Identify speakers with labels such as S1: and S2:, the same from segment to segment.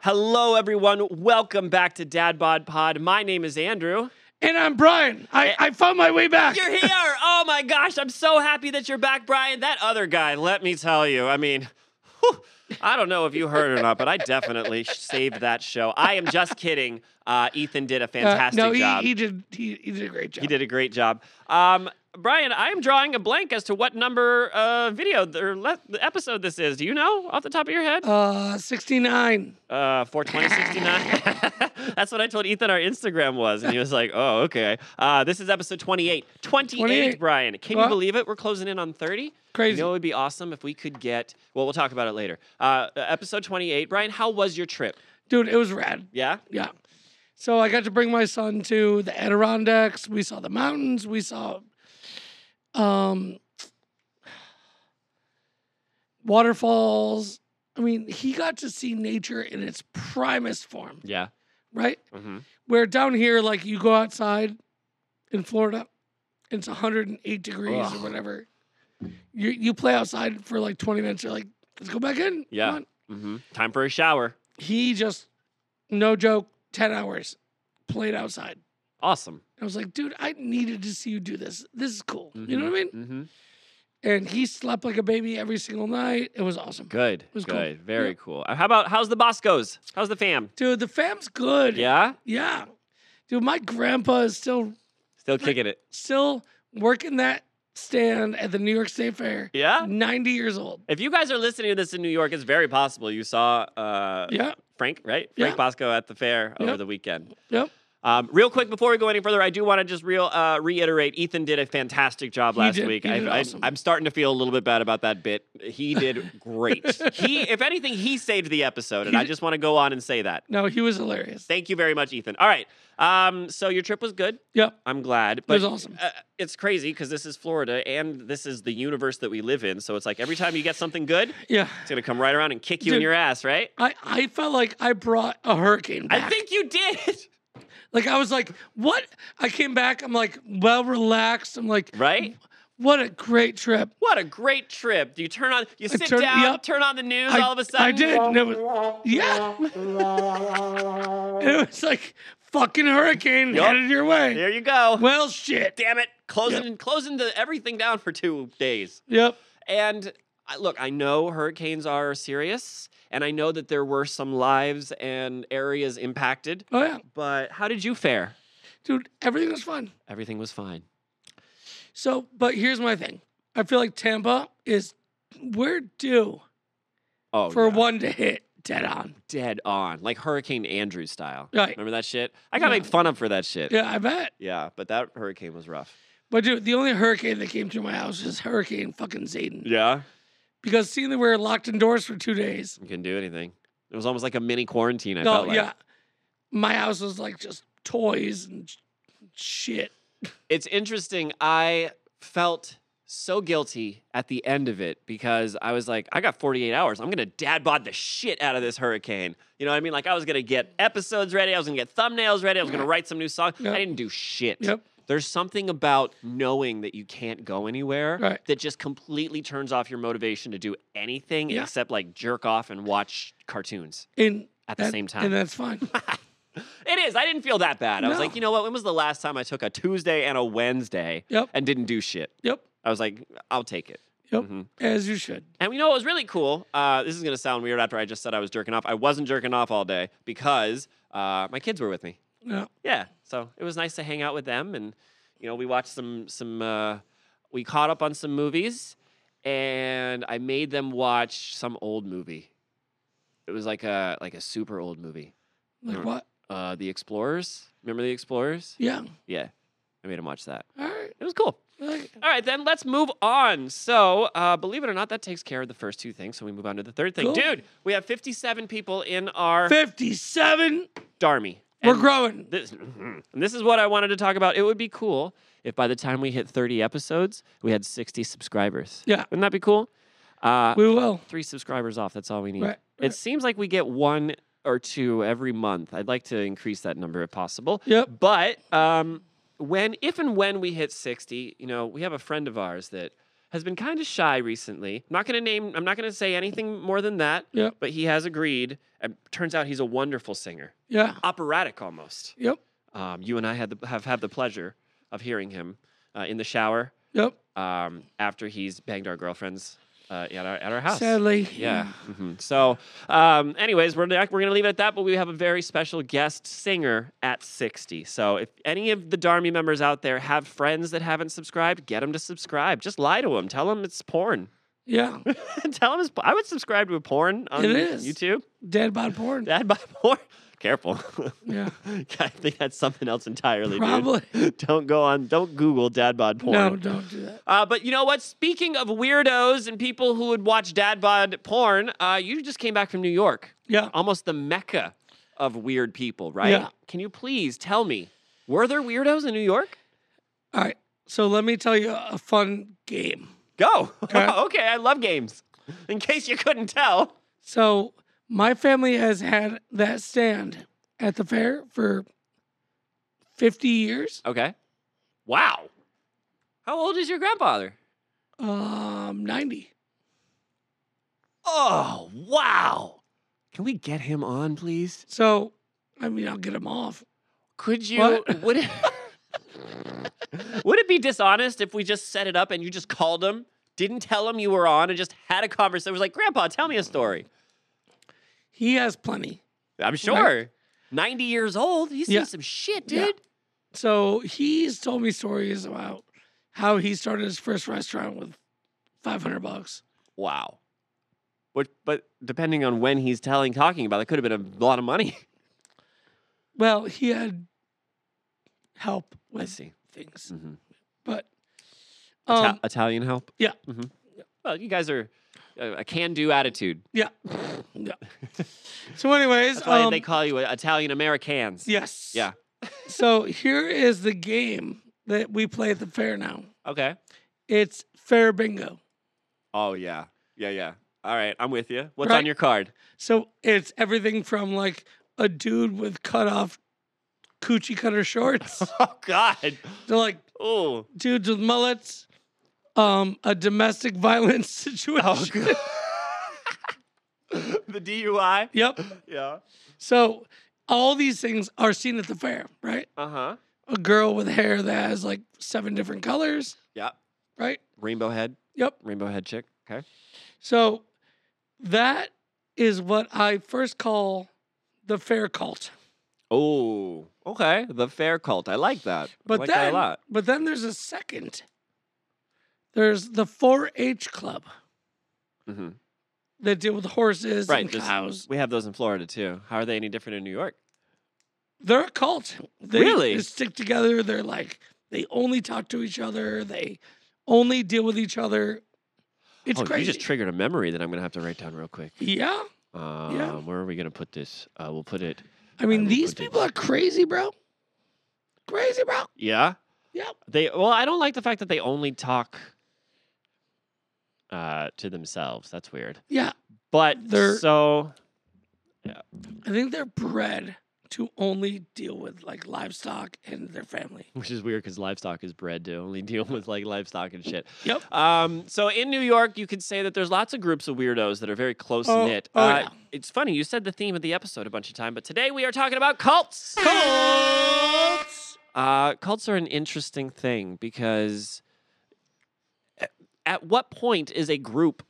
S1: Hello, everyone. Welcome back to Dad Bod Pod. My name is Andrew.
S2: And I'm Brian. I, I found my way back. Uh,
S1: You're here. oh my gosh, I'm so happy that you're back, Brian. That other guy, let me tell you. I mean, whew, I don't know if you heard or not, but I definitely saved that show. I am just kidding. Uh, Ethan did a
S2: Uh,
S1: fantastic
S2: no, he,
S1: job.
S2: he did. He, he did a great job.
S1: He did a great job. Um, Brian, I am drawing a blank as to what number uh, video th- or le- episode this is. Do you know off the top of your head?
S2: Uh, 69.
S1: Uh, 42069. That's what I told Ethan our Instagram was. And he was like, oh, okay. Uh, this is episode 28. 28,
S2: 28.
S1: Brian. Can you
S2: Wow.
S1: believe it? We're closing in on 30.
S2: Crazy.
S1: You know, it would be awesome if we could get, well, we'll talk about it later. Uh, episode 28. Brian, how was your trip?
S2: Dude, it was rad.
S1: Yeah?
S2: Yeah. So I got to bring my son to the Adirondacks. We saw the mountains. We saw um, waterfalls. I mean, he got to see nature in its primest form,
S1: Yeah.
S2: right?
S1: Mm-hmm.
S2: Where down here, like you go outside in Florida, it's 108 degrees
S1: Ugh.
S2: or whatever. You you play outside for like 20 minutes. You're like, let's go back in. Come
S1: Yeah.
S2: on."
S1: Mm-hmm. Time for a shower.
S2: He just, no joke, 10 hours played outside.
S1: Awesome.
S2: I was like, dude, I needed to see you do this. This is cool. You know what I mean?
S1: Mm-hmm.
S2: And he slept like a baby every single night. It was awesome.
S1: Good.
S2: was cool.
S1: Good. Very
S2: Yeah.
S1: cool. Uh, How about, how's the Boscos? How's the fam?
S2: Dude, the fam's good.
S1: Yeah?
S2: Yeah. Dude, my grandpa is still
S1: Still kicking it.
S2: still working that stand at the New York State Fair.
S1: Yeah?
S2: 90 years old.
S1: If you guys are listening to this in New York, it's very possible you saw uh,
S2: Yeah.
S1: Frank, right? Frank
S2: Yeah.
S1: Bosco at the fair over
S2: Yep.
S1: the weekend.
S2: Yep.
S1: Um, real quick before we go any further, I do want to just real uh, reiterate. Ethan did a fantastic job
S2: He
S1: last
S2: did.
S1: week.
S2: He
S1: I,
S2: did
S1: I,
S2: awesome.
S1: I'm starting to feel a little bit bad about that bit. He did great. he, if anything, he saved the episode, and
S2: He
S1: I
S2: did-
S1: just want to go on and say that.
S2: No, he was hilarious.
S1: Thank you very much, Ethan. All right. Um, so your trip was good.
S2: Yep.
S1: I'm glad. But
S2: was awesome.
S1: Uh, it's crazy because this is Florida, and this is the universe that we live in. So it's like every time you get something good,
S2: Yeah.
S1: it's gonna come right around and kick you in
S2: Dude.
S1: your ass, right?
S2: I, I felt like I brought a hurricane back.
S1: I think you did.
S2: like I was like, what? I came back, I'm like well relaxed. I'm like,
S1: Right?
S2: what a great trip.
S1: What a great trip. You turn on you sit
S2: turn-
S1: down,
S2: yep.
S1: turn on the news
S2: I-
S1: all of a sudden.
S2: I did. and it was- yeah. and it was like fucking hurricane
S1: Yup.
S2: headed your way.
S1: There you go.
S2: Well, shit.
S1: Damn it. Closing closing the, everything down for two days.
S2: Yep.
S1: And I, look, I know hurricanes are serious, and I know that there were some lives and areas impacted.
S2: Oh yeah,
S1: But how did you fare?
S2: dude. Everything was fun.
S1: Everything was fine.
S2: So, but here's my thing. I feel like Tampa is we're due
S1: Oh,
S2: for
S1: yeah.
S2: one to hit dead on.
S1: dead on, like Hurricane Andrew style.
S2: Right.
S1: Remember that shit? I got
S2: Yeah.
S1: made fun of for that shit.
S2: Yeah, I bet.
S1: yeah, but that hurricane was rough.
S2: But dude, the only hurricane that came through my house is Hurricane fucking Zayden.
S1: Yeah.
S2: Because seeing that we were locked indoors for two days.
S1: You couldn't do anything. It was almost like a mini quarantine. I
S2: no,
S1: felt like
S2: yeah, my house was like just toys and sh- shit.
S1: it's interesting. I felt so guilty at the end of it because I was like, I got 48 hours. I'm gonna dad bod the shit out of this hurricane. You know what I mean? Like I was gonna get episodes ready. I was gonna get thumbnails ready. I was gonna write some new songs.
S2: Yep.
S1: I didn't do shit.
S2: Yep.
S1: There's something about knowing that you can't go anywhere
S2: Right.
S1: that just completely turns off your motivation to do anything
S2: Yeah.
S1: except like jerk off and watch cartoons.
S2: And
S1: At the
S2: that-
S1: same time.
S2: and that's fine.
S1: It is. I didn't feel that bad. I was
S2: No.
S1: like, you know what? When was the last time I took a Tuesday and a Wednesday
S2: Yep.
S1: and didn't do shit?
S2: Yep.
S1: I was like, I'll take it.
S2: Yep.
S1: Mhm.
S2: As you should.
S1: And you know what was really cool? Uh, this is going to sound weird after I just said I was jerking off. I wasn't jerking off all day because uh, my kids were with me.
S2: Yeah.
S1: Yeah. So it was nice to hang out with them. And, you know, we watched some, some uh, we caught up on some movies and I made them watch some old movie. It was like a, like a super old movie.
S2: Like
S1: Mm.
S2: what?
S1: Uh, the Explorers. Remember the Explorers?
S2: Yeah.
S1: Yeah. I made him watch that.
S2: All right.
S1: It was cool.
S2: Like,
S1: All right, then let's move on. So, uh, believe it or not, that takes care of the first two things. So, we move on to the third thing.
S2: Cool.
S1: Dude, we have 57 people in our
S2: 57.
S1: Darmy.
S2: We're
S1: And
S2: growing.
S1: This, and this is what I wanted to talk about. It would be cool if by the time we hit 30 episodes, we had 60 subscribers.
S2: Yeah.
S1: Wouldn't that be cool? Uh,
S2: We will.
S1: three subscribers off. That's all we need.
S2: Right,
S1: It
S2: right.
S1: seems like we get one or two every month. I'd like to increase that number if possible.
S2: Yep.
S1: But um, when, if and when we hit 60, you know, we have a friend of ours that has been kind of shy recently. I'm not going to name, I'm not going to say anything more than that,
S2: Yeah.
S1: but he has agreed. And turns out he's a wonderful singer,
S2: Yeah.
S1: operatic almost.
S2: Yep.
S1: Um, you and I had the, have had the pleasure of hearing him uh, in the shower
S2: Yep.
S1: um, after he's banged our girlfriends uh, at, our, at our house.
S2: Sadly.
S1: Yeah. mhm. So, um, anyways, we're not, we're gonna leave it at that. But we have a very special guest singer at sixty. So, if any of the Darmy members out there have friends that haven't subscribed, get them to subscribe. Just lie to them. Tell them it's porn.
S2: Yeah.
S1: Tell them it's. po- I would subscribe to a porn on
S2: It is.
S1: YouTube.
S2: Dead bod porn.
S1: Dad by porn. Careful.
S2: Yeah.
S1: I think that's something else entirely.
S2: Probably.
S1: Dude. Don't go on. Don't Google dad bod porn.
S2: No, don't do that.
S1: Uh, but you know what? Speaking of weirdos and people who would watch dad bod porn, uh, you just came back from New York,
S2: Yeah.
S1: almost the mecca of weird people, right?
S2: Yeah.
S1: Can you please tell me, were there weirdos in New York?
S2: All right. So let me tell you a fun game.
S1: Go.
S2: Okay.
S1: okay, I love games. In case you couldn't tell.
S2: So my family has had that stand at the fair for 50 years.
S1: Okay. Wow. How old is your grandfather?
S2: Um, 90.
S1: Oh, wow. Can we get him on, please?
S2: So, I mean, I'll get them off.
S1: Could you?
S2: What?
S1: Would it, would it be dishonest if we just set it up and you just called him, didn't tell him you were on, and just had a conversation? It was like, Grandpa, tell me a story.
S2: He has plenty.
S1: I'm sure. 90 years old. He's
S2: Yeah.
S1: seen some shit, dude.
S2: Yeah. So he's told me stories about how he started his first restaurant with 500 bucks.
S1: Wow. But, but depending on when he's telling, talking about, it could have been a lot of money.
S2: Well, he had help
S1: I
S2: with
S1: see.
S2: things,
S1: Mhm.
S2: but
S1: Ita-
S2: um,
S1: Italian help?
S2: yeah.
S1: Mhm. Well, you guys are uh, a, a can do attitude.
S2: yeah, yeah. So, anyways,
S1: That's why
S2: um,
S1: they call you uh, Italian Americans.
S2: yes,
S1: Yeah.
S2: so here is the game that we play at the fair now.
S1: Okay.
S2: It's fair bingo.
S1: Oh yeah, yeah, yeah. All right, I'm with you. What's on
S2: Right.
S1: your card?
S2: So it's everything from like a dude with cut off coochie cutter shorts
S1: Oh God.
S2: to like
S1: Oh.
S2: dudes with mullets, um, a domestic violence situation.
S1: Oh God. the DUI.
S2: Yep.
S1: Yeah.
S2: So all these things are seen at the fair, right?
S1: Uh huh.
S2: A girl with hair that has like seven different colors,
S1: Yeah.
S2: right?
S1: Rainbow head.
S2: Yep.
S1: Rainbow head chick. Okay.
S2: So that is what I first call the fair cult.
S1: Oh. Okay. The fair cult. I like that.
S2: But
S1: I like
S2: then,
S1: that a lot.
S2: but then there's a second. There's the 4-H club
S1: Mm-hmm.
S2: that deal with horses
S1: Right.
S2: and
S1: this-
S2: cows.
S1: we have those in Florida too. How are they any different in New York?
S2: They're a cult. They,
S1: Really?
S2: they stick together. They're like they only talk to each other. They only deal with each other. It's
S1: oh,
S2: crazy.
S1: you just triggered a memory that I'm gonna have to write down real quick.
S2: yeah,
S1: Um, Where are we gonna put this? Uh, we'll put it.
S2: I mean
S1: will
S2: these
S1: put it-
S2: people are crazy, bro. Crazy, bro.
S1: Yeah.
S2: Yep.
S1: They well, I don't like the fact that they only talk uh, to themselves. That's weird.
S2: Yeah,
S1: But
S2: They're-
S1: so
S2: I think they're bred to only deal with like livestock and their family.
S1: which is weird because livestock is bred to only deal with like livestock and shit.
S2: Yep.
S1: Um, so in New York, you could say that there's lots of groups of weirdos that are very close knit.
S2: oh,
S1: uh,
S2: yeah.
S1: It's funny you said the theme of the episode a bunch of time, but today we are talking about cults.
S2: Cults.
S1: Uh, cults are an interesting thing because a- at what point is a group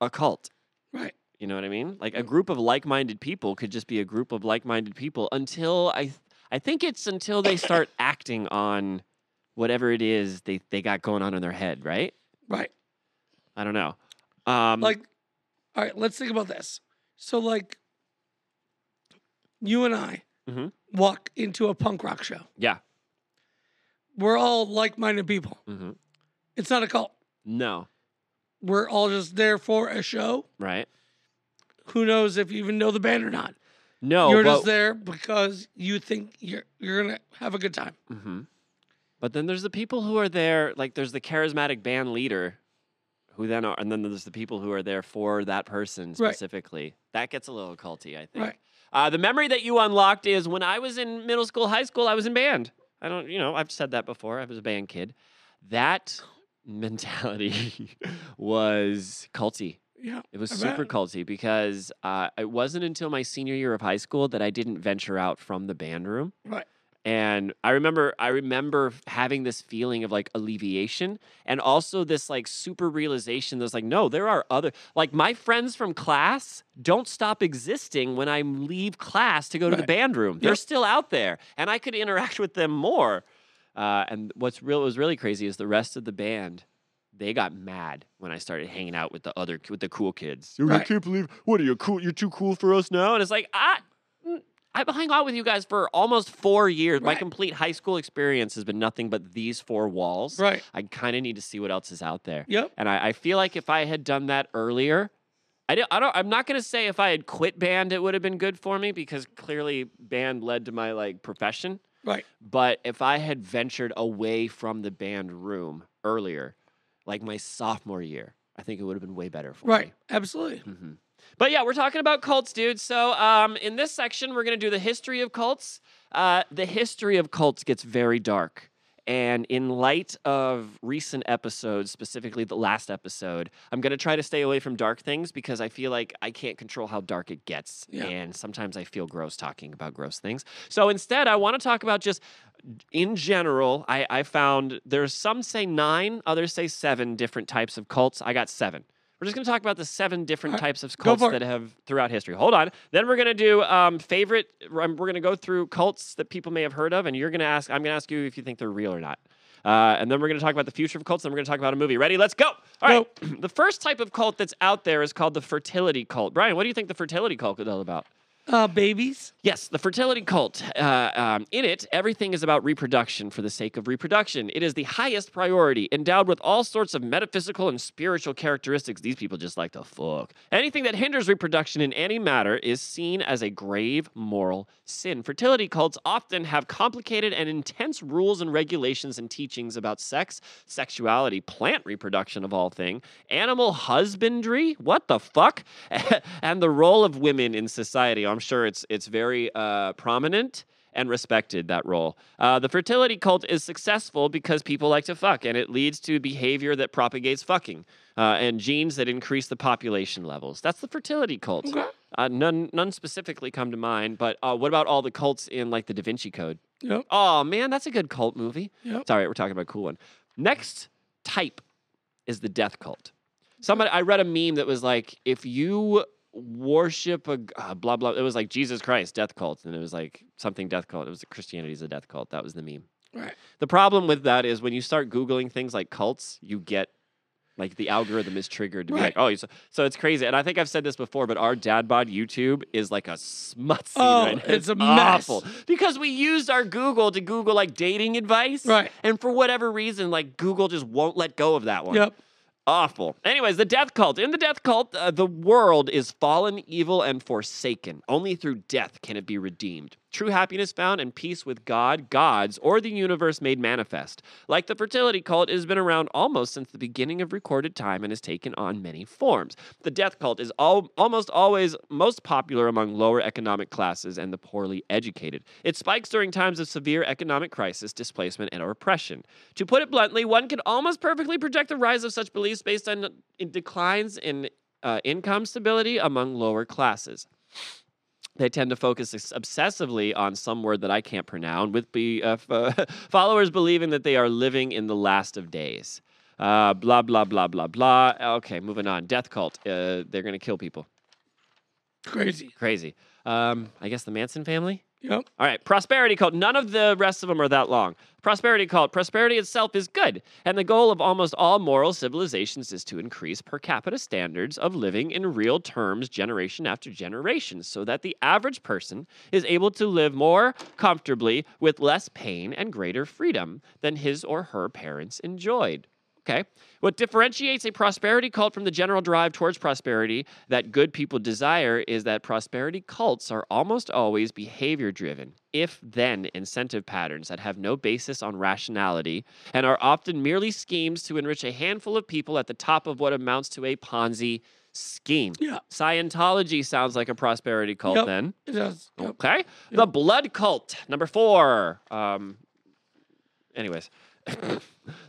S1: a cult?
S2: Right.
S1: You know what I mean? Like a
S2: Mm.
S1: group of like-minded people could just be a group of like-minded people until I th- I think it's until they start acting on whatever it is they, they got going on in their head, right?
S2: Right.
S1: I don't know. Um
S2: like all right let's think about this so like you and i
S1: Mhm.
S2: walk into a punk rock show
S1: yeah.
S2: we're all like-minded people
S1: hmm
S2: it's not a cult
S1: No,
S2: we're all just there for a show
S1: right?
S2: who knows if you even know the band or not
S1: No.
S2: you're
S1: but,
S2: just there because you think you're you're gonna have a good time
S1: hmm But then there's the people who are there, like there's the charismatic band leader who then are, and then there's the people who are there for that person
S2: Right.
S1: specifically. That gets a little culty, I think.
S2: right
S1: Uh, the memory that you unlocked is when I was in middle school, high school, I was in band. I don't, you know, I've said that before. I was a band kid. That mentality was culty.
S2: Yeah.
S1: It was
S2: I
S1: super
S2: bet.
S1: culty because uh, it wasn't until my senior year of high school that I didn't venture out from the band room.
S2: Right.
S1: And I remember, I remember having this feeling of like alleviation, and also this like super realization that's like, no, there are other like my friends from class don't stop existing when I leave class to go to the
S2: Right.
S1: band room. They're
S2: Yep.
S1: still out there, and I could interact with them more. Uh, and what's real was really crazy is the rest of the band. They got mad when I started hanging out with the other with the cool kids. I
S2: Right.
S1: can't believe what are you cool? You're too cool for us now. And it's like I, I've hung out with you guys for almost four years. My
S2: Right.
S1: complete high school experience has been nothing but these four walls.
S2: Right.
S1: I kind of need to see what else is out there.
S2: Yep.
S1: And I, I feel like if I had done that earlier, I don't, I don't. I'm not gonna say if I had quit band, it would have been good for me because clearly band led to my like profession.
S2: Right.
S1: But if I had ventured away from the band room earlier, like my sophomore year, I think it would have been way better for me.
S2: Right. Absolutely.
S1: Mhm. But yeah, we're talking about cults, dude. So um, in this section, we're going to do the history of cults. Uh, the history of cults gets very dark. And in light of recent episodes, specifically the last episode, I'm going to try to stay away from dark things because I feel like I can't control how dark it gets.
S2: Yeah.
S1: And sometimes I feel gross talking about gross things. So instead, I want to talk about just in general. I, I found there's some say nine, others say seven different types of cults. I got seven. We're just going to talk about the seven different
S2: All
S1: types of
S2: go
S1: cults
S2: for it.
S1: that have throughout history. Hold on. Then we're going to do um, favorite. um, We're going to go through cults that people may have heard of, and you're going to ask. I'm going to ask you if you think they're real or not. Uh, and then we're going to talk about the future of cults. Then we're going to talk about a movie. Ready? Let's go. All right. the first type of cult that's out there is called the fertility cult. Brian, what do you think the fertility cult is all about?
S2: Uh, babies.
S1: Yes, the fertility cult. Uh, um, in it, everything is about reproduction for the sake of reproduction. It is the highest priority, endowed with all sorts of metaphysical and spiritual characteristics. These people just like to fuck. Anything that hinders reproduction in any matter is seen as a grave moral sin. Fertility cults often have complicated and intense rules and regulations and teachings about sex, sexuality, plant reproduction of all thing, animal husbandry. What the fuck? and the role of women in society. I'm sure it's it's very uh, prominent and respected that role. Uh, the fertility cult is successful because people like to fuck, and it leads to behavior that propagates fucking uh, and genes that increase the population levels. That's the fertility cult.
S2: Okay.
S1: Uh, none none specifically come to mind, but uh, what about all the cults in like the Da Vinci Code?
S2: Yep.
S1: Oh man, that's a good cult movie.
S2: Yep.
S1: Sorry, we're talking about a cool one. Next type is the death cult. Somebody I read a meme that was like, if you worship a g- uh, blah blah, it was like Jesus Christ death cult, and it was like something death cult. It was Christianity is a death cult. That was the meme.
S2: Right.
S1: The problem with that is when you start googling things like cults, you get like the algorithm is triggered to be like,
S2: Right.
S1: oh, you- so, so it's crazy. And I think I've said this before, but our dad bod YouTube is like a smut scene
S2: Oh,
S1: right now.
S2: it's a mess.
S1: awful because we used our Google to Google like dating advice,
S2: Right.
S1: And for whatever reason, like Google just won't let go of that one
S2: Yep.
S1: awful. Anyways, the death cult. In the death cult, uh, the world is fallen, evil, and forsaken. Only through death can it be redeemed. True happiness found and peace with God, gods, or the universe made manifest. Like the fertility cult, it has been around almost since the beginning of recorded time and has taken on many forms. The death cult is al- almost always most popular among lower economic classes and the poorly educated. It spikes during times of severe economic crisis, displacement, and oppression. To put it bluntly, one can almost perfectly project the rise of such beliefs based on in declines in uh, income stability among lower classes. They tend to focus ex- obsessively on some word that I can't pronounce, with be, uh, f- uh, followers believing that they are living in the last of days. Uh, blah, blah, blah, blah, blah. Okay, moving on. Death cult. Uh, they're going to kill people.
S2: Crazy.
S1: Crazy. Um, I guess the Manson family?
S2: Yep.
S1: All right, prosperity cult. None of the rest of them are that long. Prosperity cult. Prosperity itself is good, and the goal of almost all moral civilizations is to increase per capita standards of living in real terms generation after generation so that the average person is able to live more comfortably with less pain and greater freedom than his or her parents enjoyed. Okay. What differentiates a prosperity cult from the general drive towards prosperity that good people desire is that prosperity cults are almost always behavior driven, if then incentive patterns that have no basis on rationality and are often merely schemes to enrich a handful of people at the top of what amounts to a Ponzi scheme.
S2: Yeah.
S1: Scientology sounds like a prosperity cult
S2: Yep.
S1: then. Oh.
S2: It does. Yep.
S1: Okay. The blood cult, number four. Um, anyways.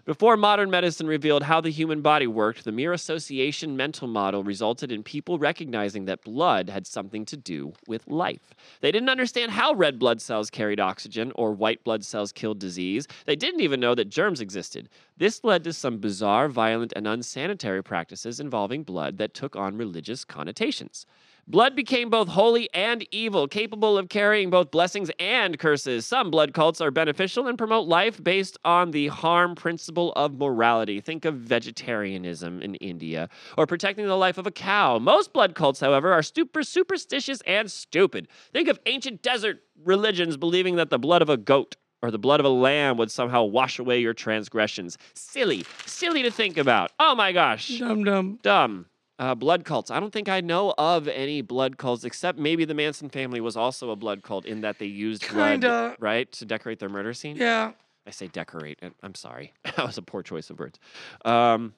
S1: Before modern medicine revealed how the human body worked, the mere association mental model resulted in people recognizing that blood had something to do with life. They didn't understand how red blood cells carried oxygen or white blood cells killed disease. They didn't even know that germs existed. This led to some bizarre, violent, and unsanitary practices involving blood that took on religious connotations. Blood became both holy and evil, capable of carrying both blessings and curses. Some blood cults are beneficial and promote life based on the harm principle of morality. Think of vegetarianism in India or protecting the life of a cow. Most blood cults, however, are super superstitious and stupid. Think of ancient desert religions believing that the blood of a goat or the blood of a lamb would somehow wash away your transgressions. Silly, silly to think about. Oh my gosh
S2: Dum dum.
S1: dumb. Uh, blood cults. I don't think I know of any blood cults except maybe the Manson family was also a blood cult in that they used
S2: Kinda.
S1: blood, right, to decorate their murder scene.
S2: Yeah.
S1: I say decorate. I- I'm sorry. that was a poor choice of words. Um,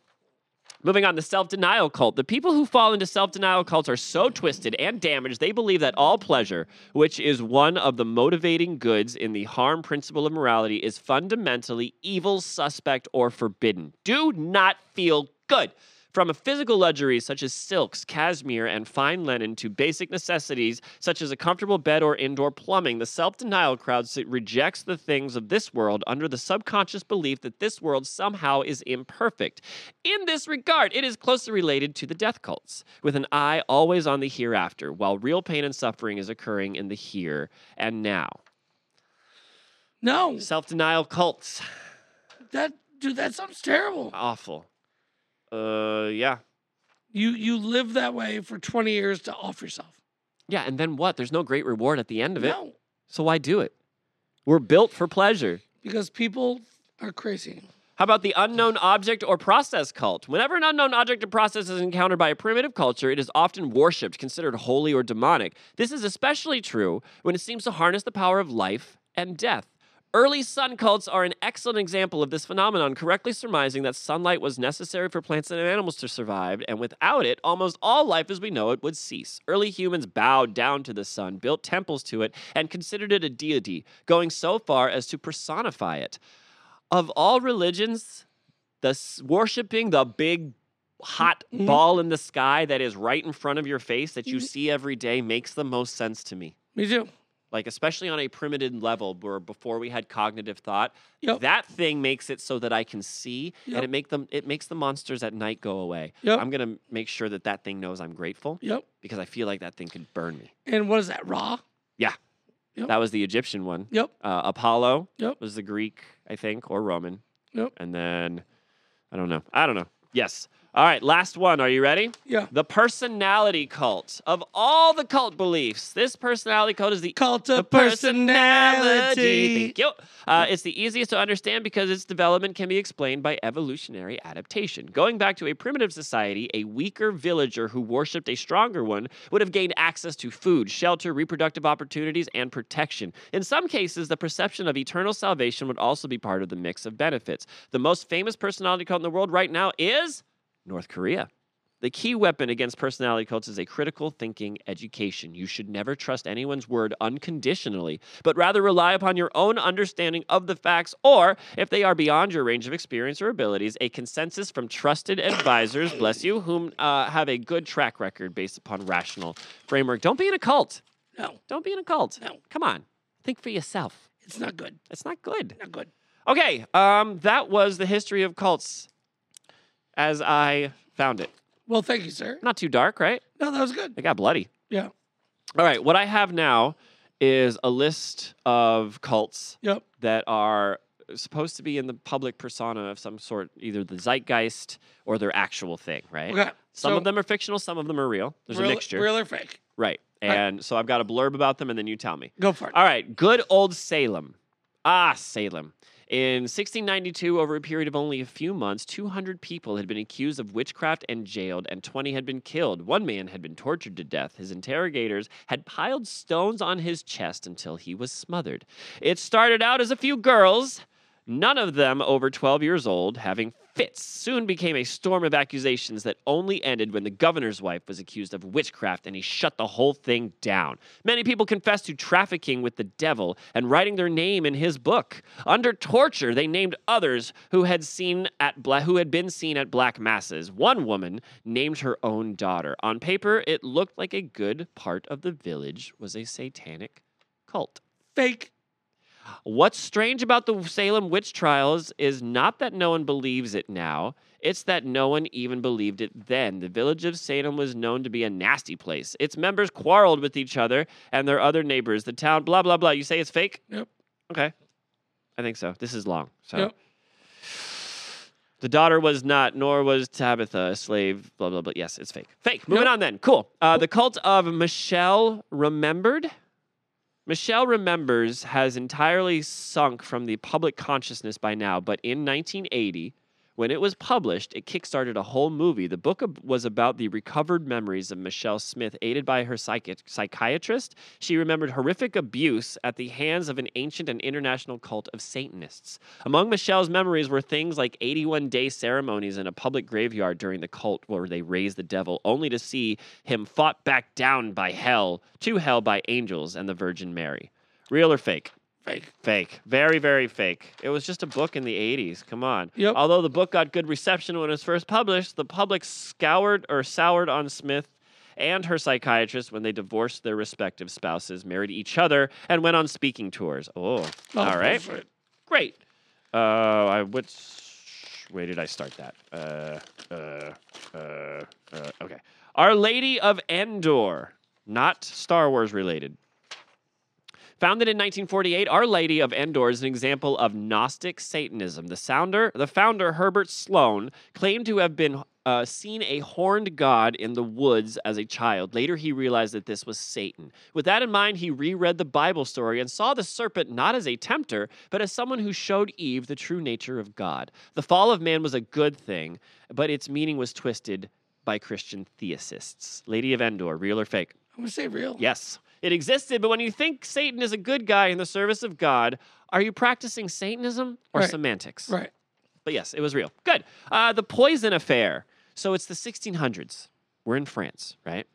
S1: moving on, the self denial cult. The people who fall into self denial cults are so twisted and damaged, they believe that all pleasure, which is one of the motivating goods in the harm principle of morality, is fundamentally evil, suspect, or forbidden. Do not feel good. From a physical luxury such as silks, cashmere, and fine linen to basic necessities such as a comfortable bed or indoor plumbing, the self denial crowd s- rejects the things of this world under the subconscious belief that this world somehow is imperfect. In this regard, it is closely related to the death cults, with an eye always on the hereafter, while real pain and suffering is occurring in the here and now.
S2: No.
S1: Self denial cults.
S2: That dude, that sounds terrible.
S1: Awful. Uh, yeah.
S2: You you live that way for 20 years to off yourself.
S1: Yeah, and then what? There's no great reward at the end of it.
S2: No.
S1: So why do it? We're built for pleasure.
S2: Because people are crazy.
S1: How about the unknown object or process cult? Whenever an unknown object or process is encountered by a primitive culture, it is often worshipped, considered holy or demonic. This is especially true when it seems to harness the power of life and death. Early sun cults are an excellent example of this phenomenon, correctly surmising that sunlight was necessary for plants and animals to survive, and without it, almost all life as we know it would cease. Early humans bowed down to the sun, built temples to it, and considered it a deity, going so far as to personify it of all religions, the s- worshiping the big hot
S2: Mhm.
S1: ball in the sky that is right in front of your face that you
S2: Mhm.
S1: see every day makes the most sense to me.
S2: Me too.
S1: Like especially on a primitive level where before we had cognitive thought,
S2: Yep.
S1: that thing makes it so that I can see
S2: Yep.
S1: and it make them it makes the monsters at night go away.
S2: Yep.
S1: I'm going to make sure that that thing knows I'm grateful
S2: Yep.
S1: because I feel like that thing could burn me.
S2: And what is that? Raw? Yep.
S1: That was the Egyptian one.
S2: Yep.
S1: Uh, Apollo
S2: Yep.
S1: was the Greek, I think, or Roman.
S2: Yep.
S1: And then I don't know. I don't know. Yes. All right, last one. Are you ready?
S2: Yeah.
S1: The personality cult. Of all the cult beliefs, this personality cult is the
S2: Cult
S1: the
S2: of personality.
S1: Thank you. Uh, it's the easiest to understand because its development can be explained by evolutionary adaptation. Going back to a primitive society, a weaker villager who worshipped a stronger one would have gained access to food, shelter, reproductive opportunities, and protection. In some cases, the perception of eternal salvation would also be part of the mix of benefits. The most famous personality cult in the world right now is North Korea. The key weapon against personality cults is a critical thinking education. You should never trust anyone's word unconditionally, but rather rely upon your own understanding of the facts, or, if they are beyond your range of experience or abilities, a consensus from trusted advisors, bless you, whom uh, have a good track record based upon rational framework. Don't be in a cult.
S2: No,
S1: Don't be in a cult.
S2: No.
S1: Come on. Think for yourself.
S2: it's not good.
S1: It's not good.
S2: Not good.
S1: Okay, um, that was the history of cults as I found it.
S2: Well, thank you, sir.
S1: Not too dark, right?
S2: No, that was good.
S1: It got bloody.
S2: Yeah.
S1: All right, what I have now is a list of cults
S2: Yep.
S1: that are supposed to be in the public persona of some sort, either the zeitgeist or their actual thing, right?
S2: Okay.
S1: Some
S2: so
S1: of them are fictional, some of them are real. There's
S2: real,
S1: a mixture.
S2: Real or fake?
S1: Right.
S2: All right.
S1: And so I've got a blurb about them and then you tell me.
S2: Go for it.
S1: All right, good old Salem. Ah, Salem. In 1692, over a period of only a few months, 200 people had been accused of witchcraft and jailed, and 20 had been killed. One man had been tortured to death. His interrogators had piled stones on his chest until he was smothered. It started out as a few girls none of them over 12 years old, having fits, soon became a storm of accusations that only ended when the governor's wife was accused of witchcraft and he shut the whole thing down. Many people confessed to trafficking with the devil and writing their name in his book. Under torture, they named others who had seen at bla- who had been seen at black masses. One woman named her own daughter. On paper, it looked like a good part of the village was a satanic cult.
S2: Fake.
S1: What's strange about the Salem witch trials is not that no one believes it now, it's that no one even believed it then. The village of Salem was known to be a nasty place. Its members quarreled with each other and their other neighbors. The town, blah, blah, blah. You say it's fake?
S2: Yep.
S1: Okay. I think so. This is long. So.
S2: Yep.
S1: The daughter was not, nor was Tabitha a slave, blah, blah, blah. Yes, it's fake. Fake. Moving on then. Cool. Uh, the cult of Michelle Remembered. Michelle Remembers has entirely sunk from the public consciousness by now, but in 1980, when it was published, it kickstarted a whole movie. The book ab- was about the recovered memories of Michelle Smith, aided by her psychi- psychiatrist. She remembered horrific abuse at the hands of an ancient and international cult of Satanists. Among Michelle's memories were things like 81 day ceremonies in a public graveyard during the cult where they raised the devil, only to see him fought back down by hell, to hell by angels and the Virgin Mary. Real or fake?
S2: Fake.
S1: Fake. Very, very fake. It was just a book in the 80s. Come on.
S2: Yep.
S1: Although the book got good reception when it was first published, the public scoured or soured on Smith and her psychiatrist when they divorced their respective spouses, married each other, and went on speaking tours. Oh,
S2: Oh,
S1: all right.
S2: bullshit.
S1: Great. Uh, I would. Where did I start that? Uh, uh, uh, uh, okay. Our Lady of Endor, not Star Wars related. Founded in 1948, Our Lady of Endor is an example of Gnostic Satanism. The founder, the founder Herbert Sloan, claimed to have been uh, seen a horned god in the woods as a child. Later, he realized that this was Satan. With that in mind, he reread the Bible story and saw the serpent not as a tempter, but as someone who showed Eve the true nature of God. The fall of man was a good thing, but its meaning was twisted by Christian theists. Lady of Endor, real or fake?
S2: I'm gonna say real.
S1: Yes, it existed, but when you think Satan is a good guy in the service of God, are you practicing Satanism or
S2: Right.
S1: semantics?
S2: Right.
S1: But yes, it was real. Good. Uh, the poison affair. So it's the 1600s. We're in France, right?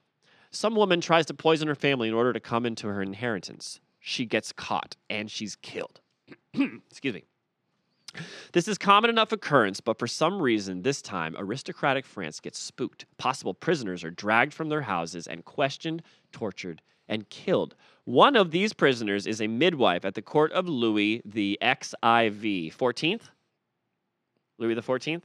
S1: Some woman tries to poison her family in order to come into her inheritance. She gets caught and she's killed. Excuse me. This is common enough occurrence, but for some reason, this time, aristocratic France gets spooked. Possible prisoners are dragged from their houses and questioned, tortured, and killed. One of these prisoners is a midwife at the court of Louis the XIV, 14th? Louis the 14th?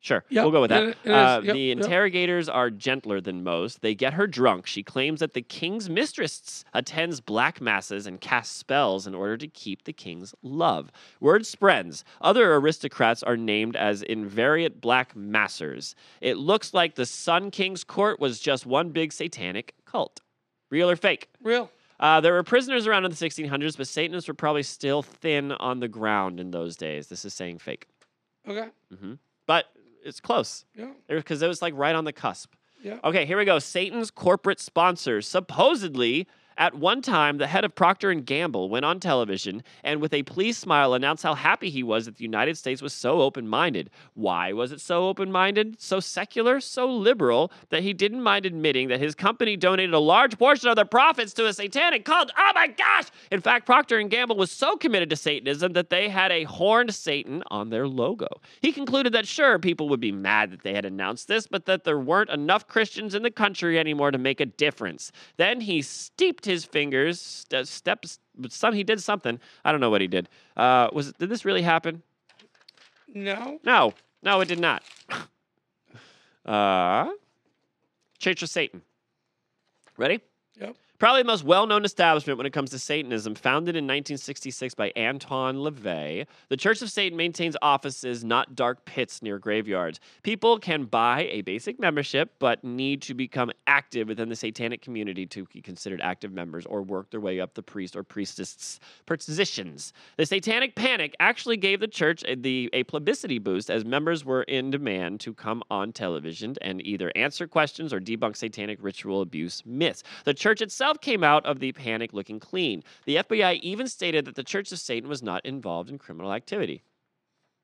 S1: Sure,
S2: Yep,
S1: we'll go with that.
S2: it- it is,
S1: Uh,
S2: yep,
S1: the
S2: yep.
S1: interrogators are gentler than most. They get her drunk. She claims that the king's mistress attends black masses and casts spells in order to keep the king's love. Word spreads. Other aristocrats are named as invariant black massers. It looks like the Sun King's court was just one big satanic cult. Real or fake?
S2: Real.
S1: Uh, there were prisoners around in the 1600s, but Satanists were probably still thin on the ground in those days. This is saying fake.
S2: Okay.
S1: hmm But it's close
S2: Yeah.
S1: because it was like right on the cusp.
S2: Yeah.
S1: Okay, here we go. Satan's corporate sponsors. Supposedly, at one time, the head of Procter and Gamble went on television and, with a pleased smile, announced how happy he was that the United States was so open-minded. Why was it so open-minded, so secular, so liberal that he didn't mind admitting that his company donated a large portion of their profits to a satanic cult? Oh my gosh! In fact, Procter and Gamble was so committed to Satanism that they had a horned Satan on their logo. He concluded that sure, people would be mad that they had announced this, but that there weren't enough Christians in the country anymore to make a difference. Then he steeped his fingers, st- steps, some he did something. I don't know what he did. Uh, was did this really happen?
S2: No.
S1: No, no, it did not. uh, Church of Satan. Ready?
S2: Yep.
S1: Probably the most well known establishment when it comes to Satanism, founded in 1966 by Anton LaVey. The Church of Satan maintains offices, not dark pits near graveyards. People can buy a basic membership, but need to become active within the satanic community to be considered active members or work their way up the priest or priestess positions. The satanic panic actually gave the church a, the, a publicity boost as members were in demand to come on television and either answer questions or debunk satanic ritual abuse myths. The church itself Staub came out of the panic looking clean. The FBI even stated that the Church of Satan was not involved in criminal activity.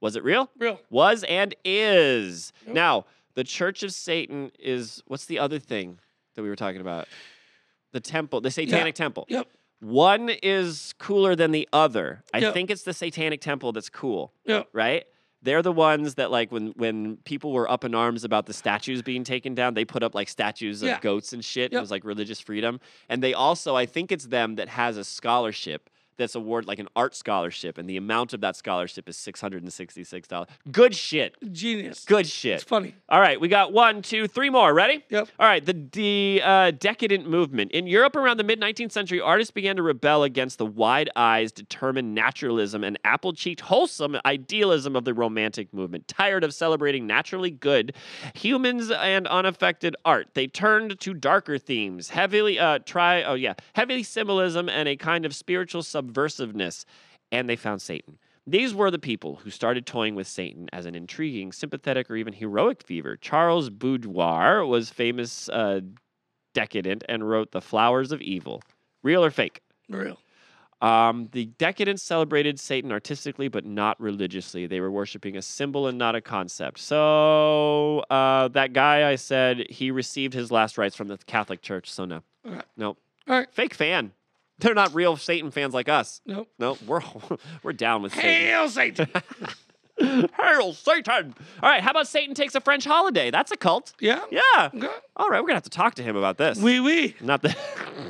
S1: Was it real?
S2: Real.
S1: Was and is.
S2: Yep.
S1: Now, the Church of Satan is what's the other thing that we were talking about? The temple, the Satanic Temple.
S2: Yep.
S1: One is cooler than the other. I
S2: Yep.
S1: think it's the Satanic Temple that's cool,
S2: Yep.
S1: right? They're the ones that like when when people were up in arms about the statues being taken down, they put up like statues of
S2: Yeah.
S1: goats and shit. It
S2: Yep.
S1: was like religious freedom. And they also, I think it's them that has a scholarship that's award like an art scholarship, and the amount of that scholarship is six hundred and sixty-six dollars. Good shit.
S2: Genius.
S1: Good
S2: It's
S1: shit.
S2: funny.
S1: All right, we got one, two, three more. Ready?
S2: Yep.
S1: All right, the, the uh, decadent movement. In Europe around the mid 19th century, artists began to rebel against the wide eyes, determined naturalism, and apple cheeked, wholesome idealism of the Romantic movement. Tired of celebrating naturally good humans and unaffected art, they turned to darker themes, heavily, uh, try, oh yeah, heavy symbolism and a kind of spiritual subversiveness and they found Satan. These were the people who started toying with Satan as an intriguing, sympathetic, or even heroic fever. Charles Boudoir was famous uh, decadent and wrote The Flowers of Evil. Real or fake?
S2: Real.
S1: Um, the decadents celebrated Satan artistically, but not religiously. They were worshiping a symbol and not a concept. So uh, that guy I said he received his last rites from the Catholic Church. So no,
S2: All right.
S1: nope.
S2: All right.
S1: Fake fan. They're not real Satan fans like us.
S2: Nope.
S1: No, we're we're down with Satan.
S2: Hail Satan.
S1: Hail Satan! All right, how about Satan takes a French holiday? That's a cult.
S2: yeah.
S1: Yeah.
S2: Okay.
S1: All right, we're gonna have to talk to him about this.
S2: Wee wee.
S1: not the,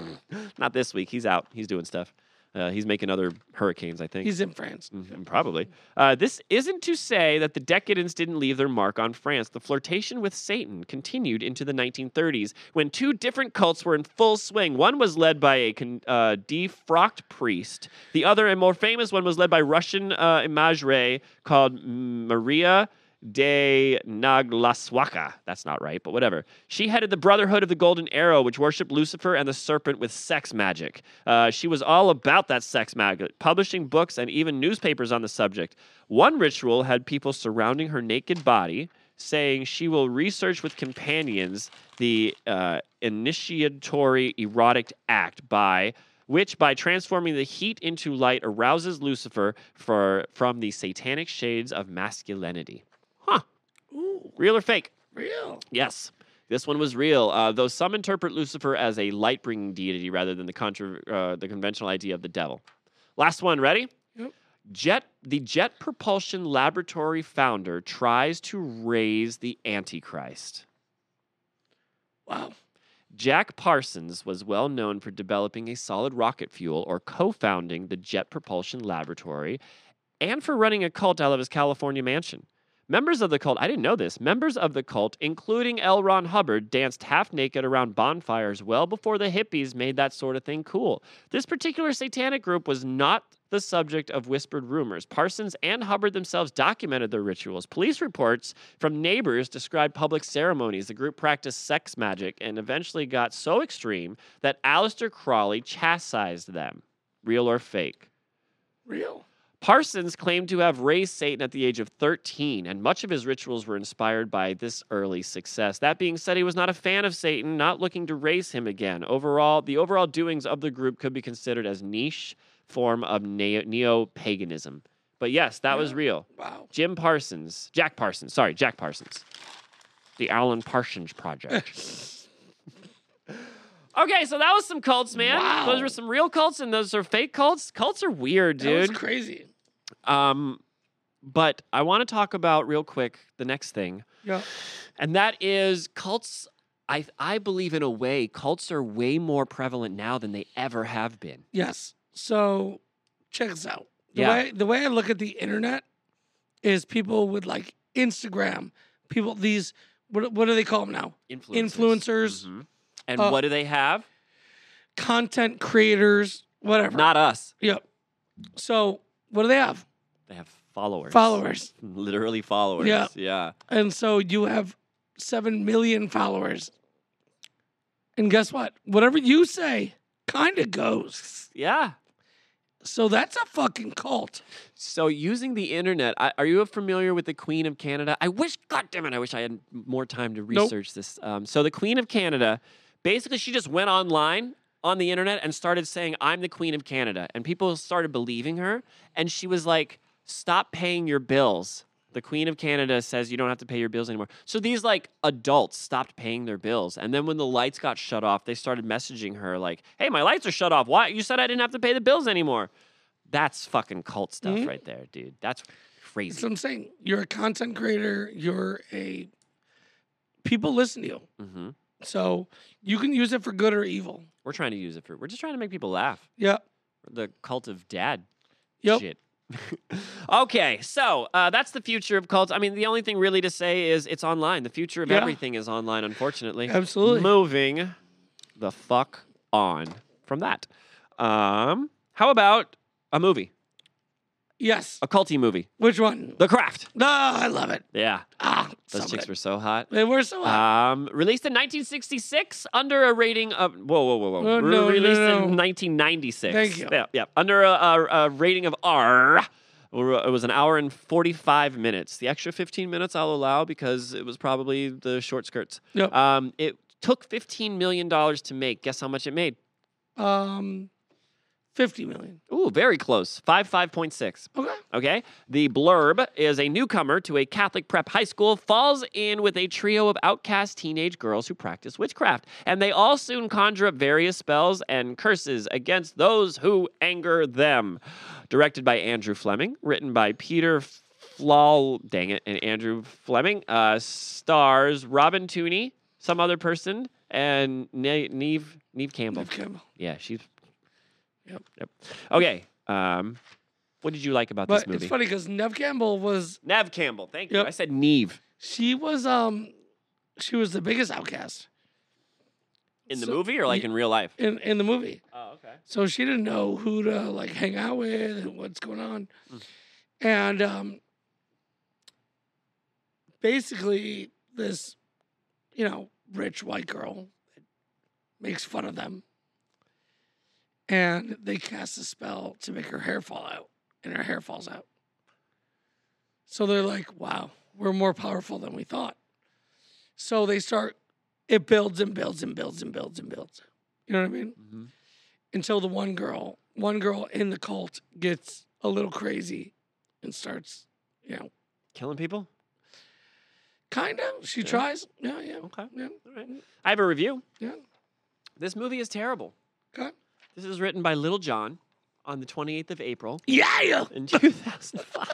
S1: not this week. He's out. He's doing stuff. Uh, he's making other hurricanes, I think.
S2: He's in France.
S1: Mhm, Probably. Uh, this isn't to say that the decadents didn't leave their mark on France. The flirtation with Satan continued into the 1930s when two different cults were in full swing. One was led by a con- uh, defrocked priest, the other, and more famous one, was led by Russian uh, imagerie called Maria de Naglaswaka. That's not right, but whatever. She headed the Brotherhood of the Golden Arrow, which worshipped Lucifer and the serpent with sex magic. Uh, she was all about that sex magic, publishing books and even newspapers on the subject. One ritual had people surrounding her naked body, saying she will research with companions the uh, initiatory erotic act by which by transforming the heat into light arouses Lucifer for from the satanic shades of masculinity. Huh.
S2: Ooh.
S1: Real or fake?
S2: Real.
S1: Yes. This one was real, uh, though some interpret Lucifer as a light bringing deity rather than the, contra- uh, the conventional idea of the devil. Last one, ready?
S2: Yep.
S1: Jet, the Jet Propulsion Laboratory founder tries to raise the Antichrist.
S2: Wow.
S1: Jack Parsons was well known for developing a solid rocket fuel or co founding the Jet Propulsion Laboratory and for running a cult out of his California mansion. Members of the cult, I didn't know this, members of the cult, including L. Ron Hubbard, danced half naked around bonfires well before the hippies made that sort of thing cool. This particular satanic group was not the subject of whispered rumors. Parsons and Hubbard themselves documented their rituals. Police reports from neighbors described public ceremonies. The group practiced sex magic and eventually got so extreme that Aleister Crowley chastised them. Real or fake?
S2: Real.
S1: Parsons claimed to have raised Satan at the age of 13, and much of his rituals were inspired by this early success. That being said, he was not a fan of Satan, not looking to raise him again. Overall, the overall doings of the group could be considered as niche form of neo paganism. But yes, that was
S2: Yeah.
S1: real.
S2: Wow.
S1: Jim Parsons, Jack Parsons, sorry, Jack Parsons, the Alan Parsons Project. Okay, so that was some cults, man.
S2: Wow.
S1: Those were some real cults, and those are fake cults. Cults are weird,
S2: That was
S1: dude.
S2: crazy.
S1: Um, but I want to talk about real quick the next thing,
S2: Yeah.
S1: and that is cults. I I believe in a way cults are way more prevalent now than they ever have been.
S2: Yes. So check this out. The
S1: Yeah.
S2: way the way I look at the internet is people with like Instagram, people these what what do they call them now? Influencers.
S1: Mhm. And
S2: Uh,
S1: what do they have?
S2: Content creators, whatever.
S1: Not us.
S2: yep. So what do they have?
S1: They have followers.
S2: Followers.
S1: Literally followers.
S2: Yeah.
S1: Yeah.
S2: And so you have 7 million followers. And guess what? Whatever you say kind of goes.
S1: Yeah.
S2: So that's a fucking cult.
S1: So using the internet, I, are you familiar with the Queen of Canada? I wish, God damn it, I wish I had more time to
S2: Nope.
S1: research this. Um, so the Queen of Canada, basically, she just went online on the internet and started saying, I'm the queen of Canada. And people started believing her. And she was like, stop paying your bills. The queen of Canada says you don't have to pay your bills anymore. So these like adults stopped paying their bills. And then when the lights got shut off, they started messaging her like, hey, my lights are shut off. Why? You said I didn't have to pay the bills anymore. That's fucking cult stuff
S2: Mhm.
S1: right there, dude. That's
S2: That's
S1: crazy.
S2: what I'm saying. You're a content creator. You're a people listen to you,
S1: hmm
S2: so you can use it for good or evil.
S1: We're trying to use it for, we're just trying to make people laugh.
S2: Yep.
S1: The cult of dad
S2: Yep.
S1: shit. okay, so uh, that's the future of cults. I mean, the only thing really to say is it's online. The future of
S2: Yeah.
S1: everything is online, unfortunately.
S2: Absolutely.
S1: Moving the fuck on from that. Um, how about a movie,
S2: yes.
S1: a culty movie,
S2: Which one?
S1: The Craft?
S2: No, I love it.
S1: Yeah,
S2: Ah,
S1: those
S2: so
S1: chicks
S2: good.
S1: were so hot.
S2: They were so hot.
S1: Um, released in 1966 under a rating of whoa whoa whoa whoa.
S2: Oh, no, no,
S1: released
S2: no.
S1: in 1996.
S2: Thank you.
S1: Yeah, yeah. Under a, a, a rating of R. uh, It was an hour and 45 minutes. The extra 15 minutes I'll allow because it was probably the short skirts.
S2: Yep.
S1: Um, it took 15 million dollars to make. Guess how much it made?
S2: um, fifty million.
S1: Ooh, very close. Five five point six.
S2: Okay.
S1: Okay. The blurb is a newcomer to a Catholic prep high school falls in with a trio of outcast teenage girls who practice witchcraft, and they all soon conjure up various spells and curses against those who anger them. Directed by Andrew Fleming, written by Peter Flaul, dang it, and Andrew Fleming. Uh, stars Robin Tooney, some other person, and Ne- Neve Neve Campbell.
S2: Neve Campbell.
S1: Yeah, she's.
S2: Yep.
S1: Yep. Okay. Um, what did you like about
S2: But
S1: this movie?
S2: it's funny because Nev Campbell was
S1: Nev Campbell. Thank you.
S2: Yep.
S1: I said Neve
S2: she was um she was the biggest outcast
S1: in the
S2: So-
S1: movie or like
S2: Ye-
S1: in real life.
S2: in in the movie.
S1: Oh, okay.
S2: So she didn't know who to like hang out with and what's going on. And um basically this, you know, rich white girl makes fun of them. And they cast a spell to make her hair fall out, and her hair falls out. So they're like, wow, we're more powerful than we thought. So they start it builds and builds and builds and builds and builds. You know what I mean?
S1: Mhm.
S2: until the one girl, one girl in the cult gets a little crazy and starts, you know,
S1: Killing people.
S2: kind of. She
S1: Yeah.
S2: tries. Yeah, yeah.
S1: Okay.
S2: Yeah,
S1: All right. I have a review.
S2: yeah.
S1: This movie is terrible.
S2: Okay.
S1: This is written by Little John on the 28th of April
S2: Yeah, yeah.
S1: in 2005.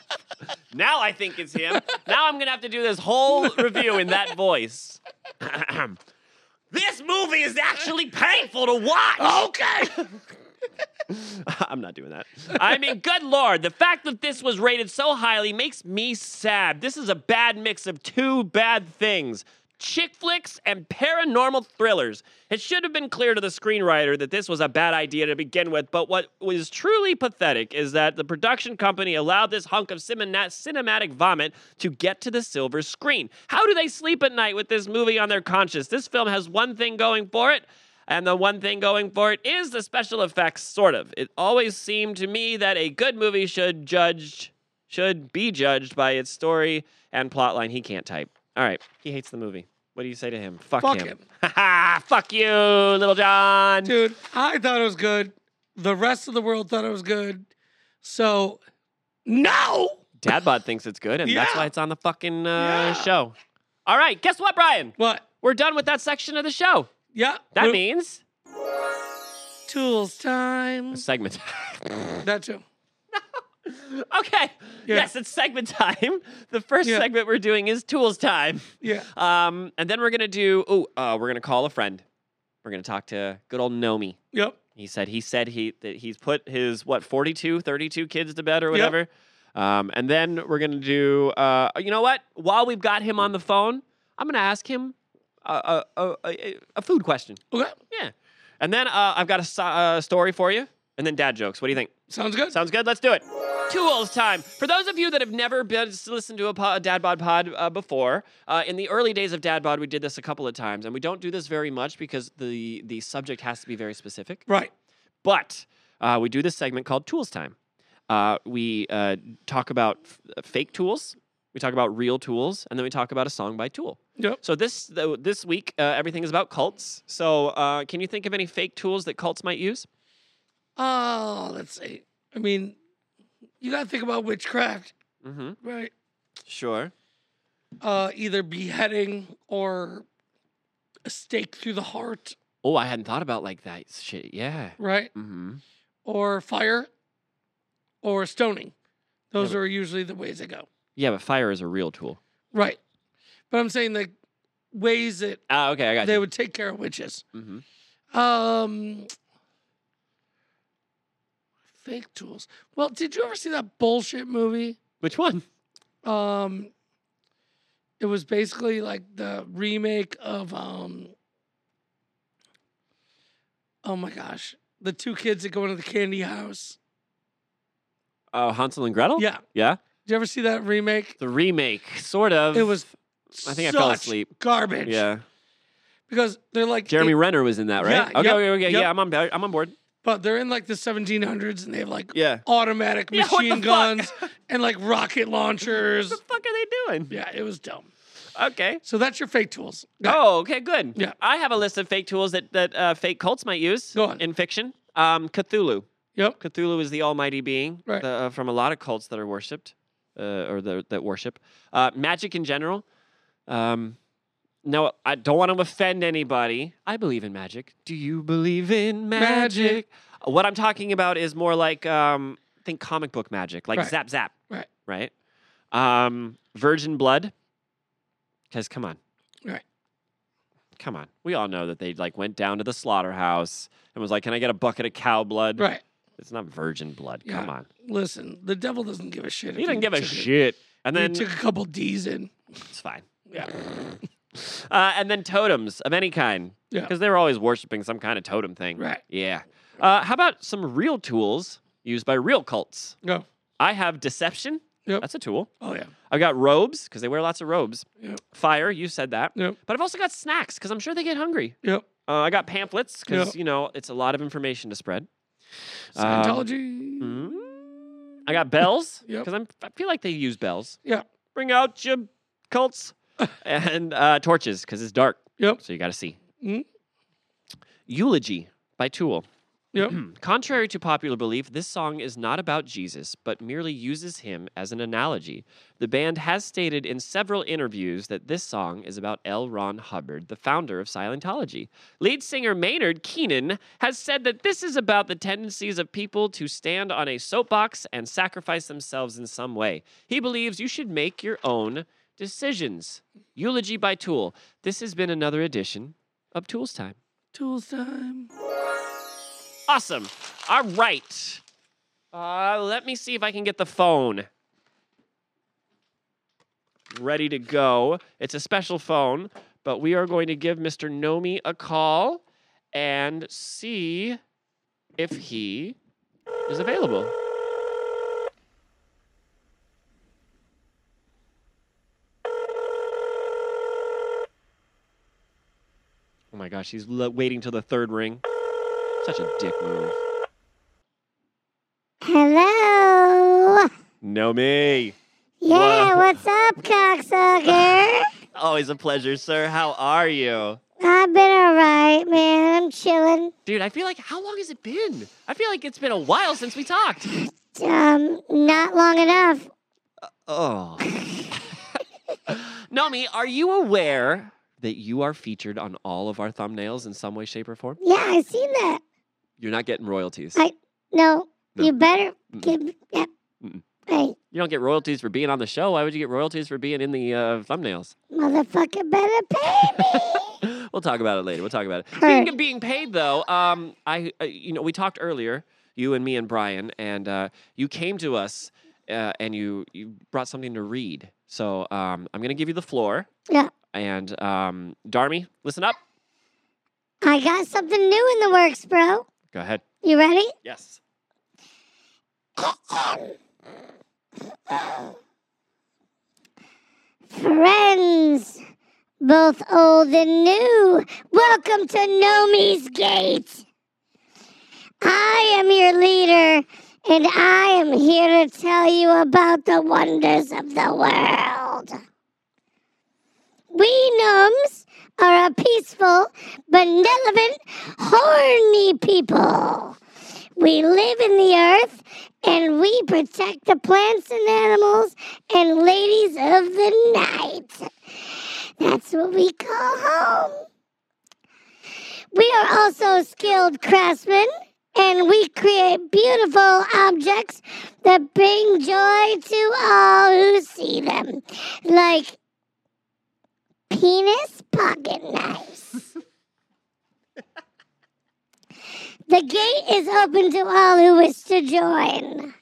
S1: now I think it's him. Now I'm going to have to do this whole review in that voice. this movie is actually painful to watch.
S2: Oh, Okay.
S1: I'm not doing that. I mean, good lord, the fact that this was rated so highly makes me sad. This is a bad mix of two bad things chick flicks and paranormal thrillers. It should have been clear to the screenwriter that this was a bad idea to begin with, but what was truly pathetic is that the production company allowed this hunk of cimina- cinematic vomit to get to the silver screen. How do they sleep at night with this movie on their conscience? This film has one thing going for it. And the one thing going for it is the special effects, sort of. It always seemed to me that a good movie should judge should be judged by its story and plotline. He can't type. All right, he hates the movie. What do you say to him? Fuck,
S2: Fuck
S1: him.
S2: him.
S1: Ha ha! Fuck you, little John.
S2: Dude, I thought it was good. The rest of the world thought it was good. So, no.
S1: Dad bod thinks it's good, and that's
S2: Yeah.
S1: why it's on the fucking uh,
S2: Yeah.
S1: show. All right, guess what, Brian?
S2: What?
S1: We're done with that section of the show.
S2: Yeah.
S1: That
S2: Lu-
S1: means
S2: tools time.
S1: segment.
S2: That too.
S1: okay.
S2: Yeah.
S1: Yes, it's segment time. The first
S2: Yeah.
S1: segment we're doing is tools time.
S2: Yeah.
S1: Um, and then we're gonna do. Oh, uh, we're gonna call a friend. We're gonna talk to good old Nomi.
S2: Yep.
S1: He said he said he that he's put his what 42, 32 kids to bed or
S2: Yep.
S1: whatever. Um, and then we're gonna do. Uh, you know what? While we've got him on the phone, I'm gonna ask him a a, a, a, a food question.
S2: Okay.
S1: Yeah. And then uh, I've got a so- uh, story for you, and then dad jokes. What do you think?
S2: Sounds good.
S1: Sounds good. Let's do it. Tools time. For those of you that have never been listened to a, po- a Dad Bod pod uh, before, uh, in the early days of Dad Bod, we did this a couple of times, and we don't do this very much because the the subject has to be very specific.
S2: right.
S1: But uh, we do this segment called Tools Time. Uh, we uh, talk about f- fake tools We talk about real tools, and then we talk about a song by Tool.
S2: Yep.
S1: So this th- this week, uh, everything is about cults. So uh, can you think of any fake tools that cults might use?
S2: Oh, let's see. I mean, you got to think about witchcraft,
S1: Mm-hmm.
S2: right?
S1: Sure.
S2: Uh, either beheading or a stake through the heart,
S1: Oh, I hadn't thought about like that shit. Yeah.
S2: right?
S1: Mm-hmm.
S2: Or fire or stoning. Those
S1: but-
S2: are usually the ways they go,
S1: Yeah, but fire is a real tool.
S2: right? But I'm saying the ways that
S1: Ah, okay, I got
S2: they
S1: you.
S2: would take care of witches.
S1: mm-hmm.
S2: Um, fake tools. Well, did you ever see that bullshit movie?
S1: Which one?
S2: Um, it was basically like the remake of um. Oh my gosh, the two kids that go into the candy house.
S1: Oh, Hansel and Gretel.
S2: Yeah,
S1: Yeah.
S2: did you ever see that remake?
S1: The remake, sort of.
S2: It was.
S1: I think I fell
S2: such
S1: asleep.
S2: Garbage.
S1: Yeah.
S2: Because they're like
S1: Jeremy
S2: it-
S1: Renner was in that, right?
S2: Yeah,
S1: okay,
S2: yep,
S1: okay, okay.
S2: yep.
S1: Yeah, I'm on. board- I'm on board.
S2: but they're in like the 1700s, and they have like
S1: Yeah.
S2: automatic
S1: Yeah, what the fuck?
S2: machine guns and like rocket launchers.
S1: What the fuck are they doing?
S2: Yeah, it was dumb.
S1: Okay.
S2: So that's your fake tools. Go-
S1: Oh, okay, good.
S2: Yeah.
S1: I have a list of fake tools that that uh, fake cults might use
S2: Go on.
S1: in fiction. Um, Cthulhu.
S2: Yep.
S1: Cthulhu is the almighty being
S2: Right.
S1: the- uh, from a lot of cults that are worshipped, uh, or the, that worship uh, magic in general. Um, no, I don't want to offend anybody. I believe in magic. Do you believe in magic?
S2: Magic.
S1: What I'm talking about is more like um, think comic book magic, like
S2: Right.
S1: zap zap.
S2: Right.
S1: Right. Um, virgin blood. Because come on.
S2: Right.
S1: Come on. We all know that they like went down to the slaughterhouse and was like, "Can I get a bucket of cow blood?"
S2: Right.
S1: It's not virgin blood.
S2: Yeah.
S1: Come on.
S2: Listen, the devil doesn't give a shit. if
S1: He didn't give a
S2: took it.
S1: shit. And
S2: He
S1: then
S2: took a couple D's in.
S1: it's fine.
S2: Yeah.
S1: Uh, and then totems of any kind.
S2: Yeah.
S1: Because they were always worshiping some kind of totem thing.
S2: Right.
S1: Yeah. Uh, how about some real tools used by real cults?
S2: Go.
S1: I have deception.
S2: Yep.
S1: That's a tool.
S2: Oh yeah.
S1: I've got robes because they wear lots of robes.
S2: Yep.
S1: Fire. You said that.
S2: Yep.
S1: But I've also got snacks because I'm sure they get hungry.
S2: Yep.
S1: Uh, I got pamphlets because
S2: Yep.
S1: you know it's a lot of information to spread. Um,
S2: Uh, Scientology.
S1: mm, I got bells
S2: Yep.
S1: because I'm I feel like they use bells.
S2: Yeah.
S1: Bring out your cults and uh, torches because it's dark,
S2: Yep.
S1: so you got to see.
S2: Mm.
S1: Eulogy by Tool.
S2: Yep.
S1: Contrary to popular belief, this song is not about Jesus, but merely uses him as an analogy. The band has stated in several interviews that this song is about L. Ron Hubbard, the founder of Silentology. Lead singer Maynard Keenan has said that this is about the tendencies of people to stand on a soapbox and sacrifice themselves in some way. He believes you should make your own decisions. Eulogy by Tool. This has been another edition of Tool's Time.
S2: Tools time.
S1: Awesome. All right. Uh, let me see if I can get the phone. Ready to go. It's a special phone, but we are going to give Mr. Nomi a call and see if he is available. Oh my gosh, he's lo- waiting till the third ring. Such a dick move.
S3: Hello.
S1: No me.
S3: Yeah,
S1: Whoa.
S3: what's up, cocksucker?
S1: Always a pleasure, sir. How are you?
S3: I've been alright, man. I'm chilling.
S1: Dude, I feel like how long has it been? I feel like it's been a while since we talked.
S3: Um, not long enough.
S1: Oh. Nomi, are you aware that you are featured on all of our thumbnails in some way, shape, or form?
S3: Yeah, I seen that.
S1: You're not getting royalties.
S3: I- No,
S1: No.
S3: you better
S1: Mm-mm.
S3: give me. Yep.
S1: Mm-mm.
S3: Hey,
S1: You don't get royalties for being on the show. Why would you get royalties for being in the uh, thumbnails?
S3: motherfucker, better pay me.
S1: we'll talk about it later. We'll talk about it.
S3: Alright.
S1: Speaking of being paid, though, um, I, uh, you know, we talked earlier, you and me and Brian, and uh, you came to us uh, and you you brought something to read. So um, I'm gonna give you the floor.
S3: Yeah.
S1: And um, Darmy, listen up.
S3: I got something new in the works, bro.
S1: Go ahead.
S3: You ready?
S1: Yes.
S3: Friends, both old and new, welcome to Nomi's Gate. I am your leader, and I am here to tell you about the wonders of the world. We gnomes are a peaceful, benevolent, horny people. We live in the earth and we protect the plants and animals and ladies of the night. That's what we call home. We are also skilled craftsmen and we create beautiful objects that bring joy to all who see them, like penis pocket knives. the gate is open to all who wish to join.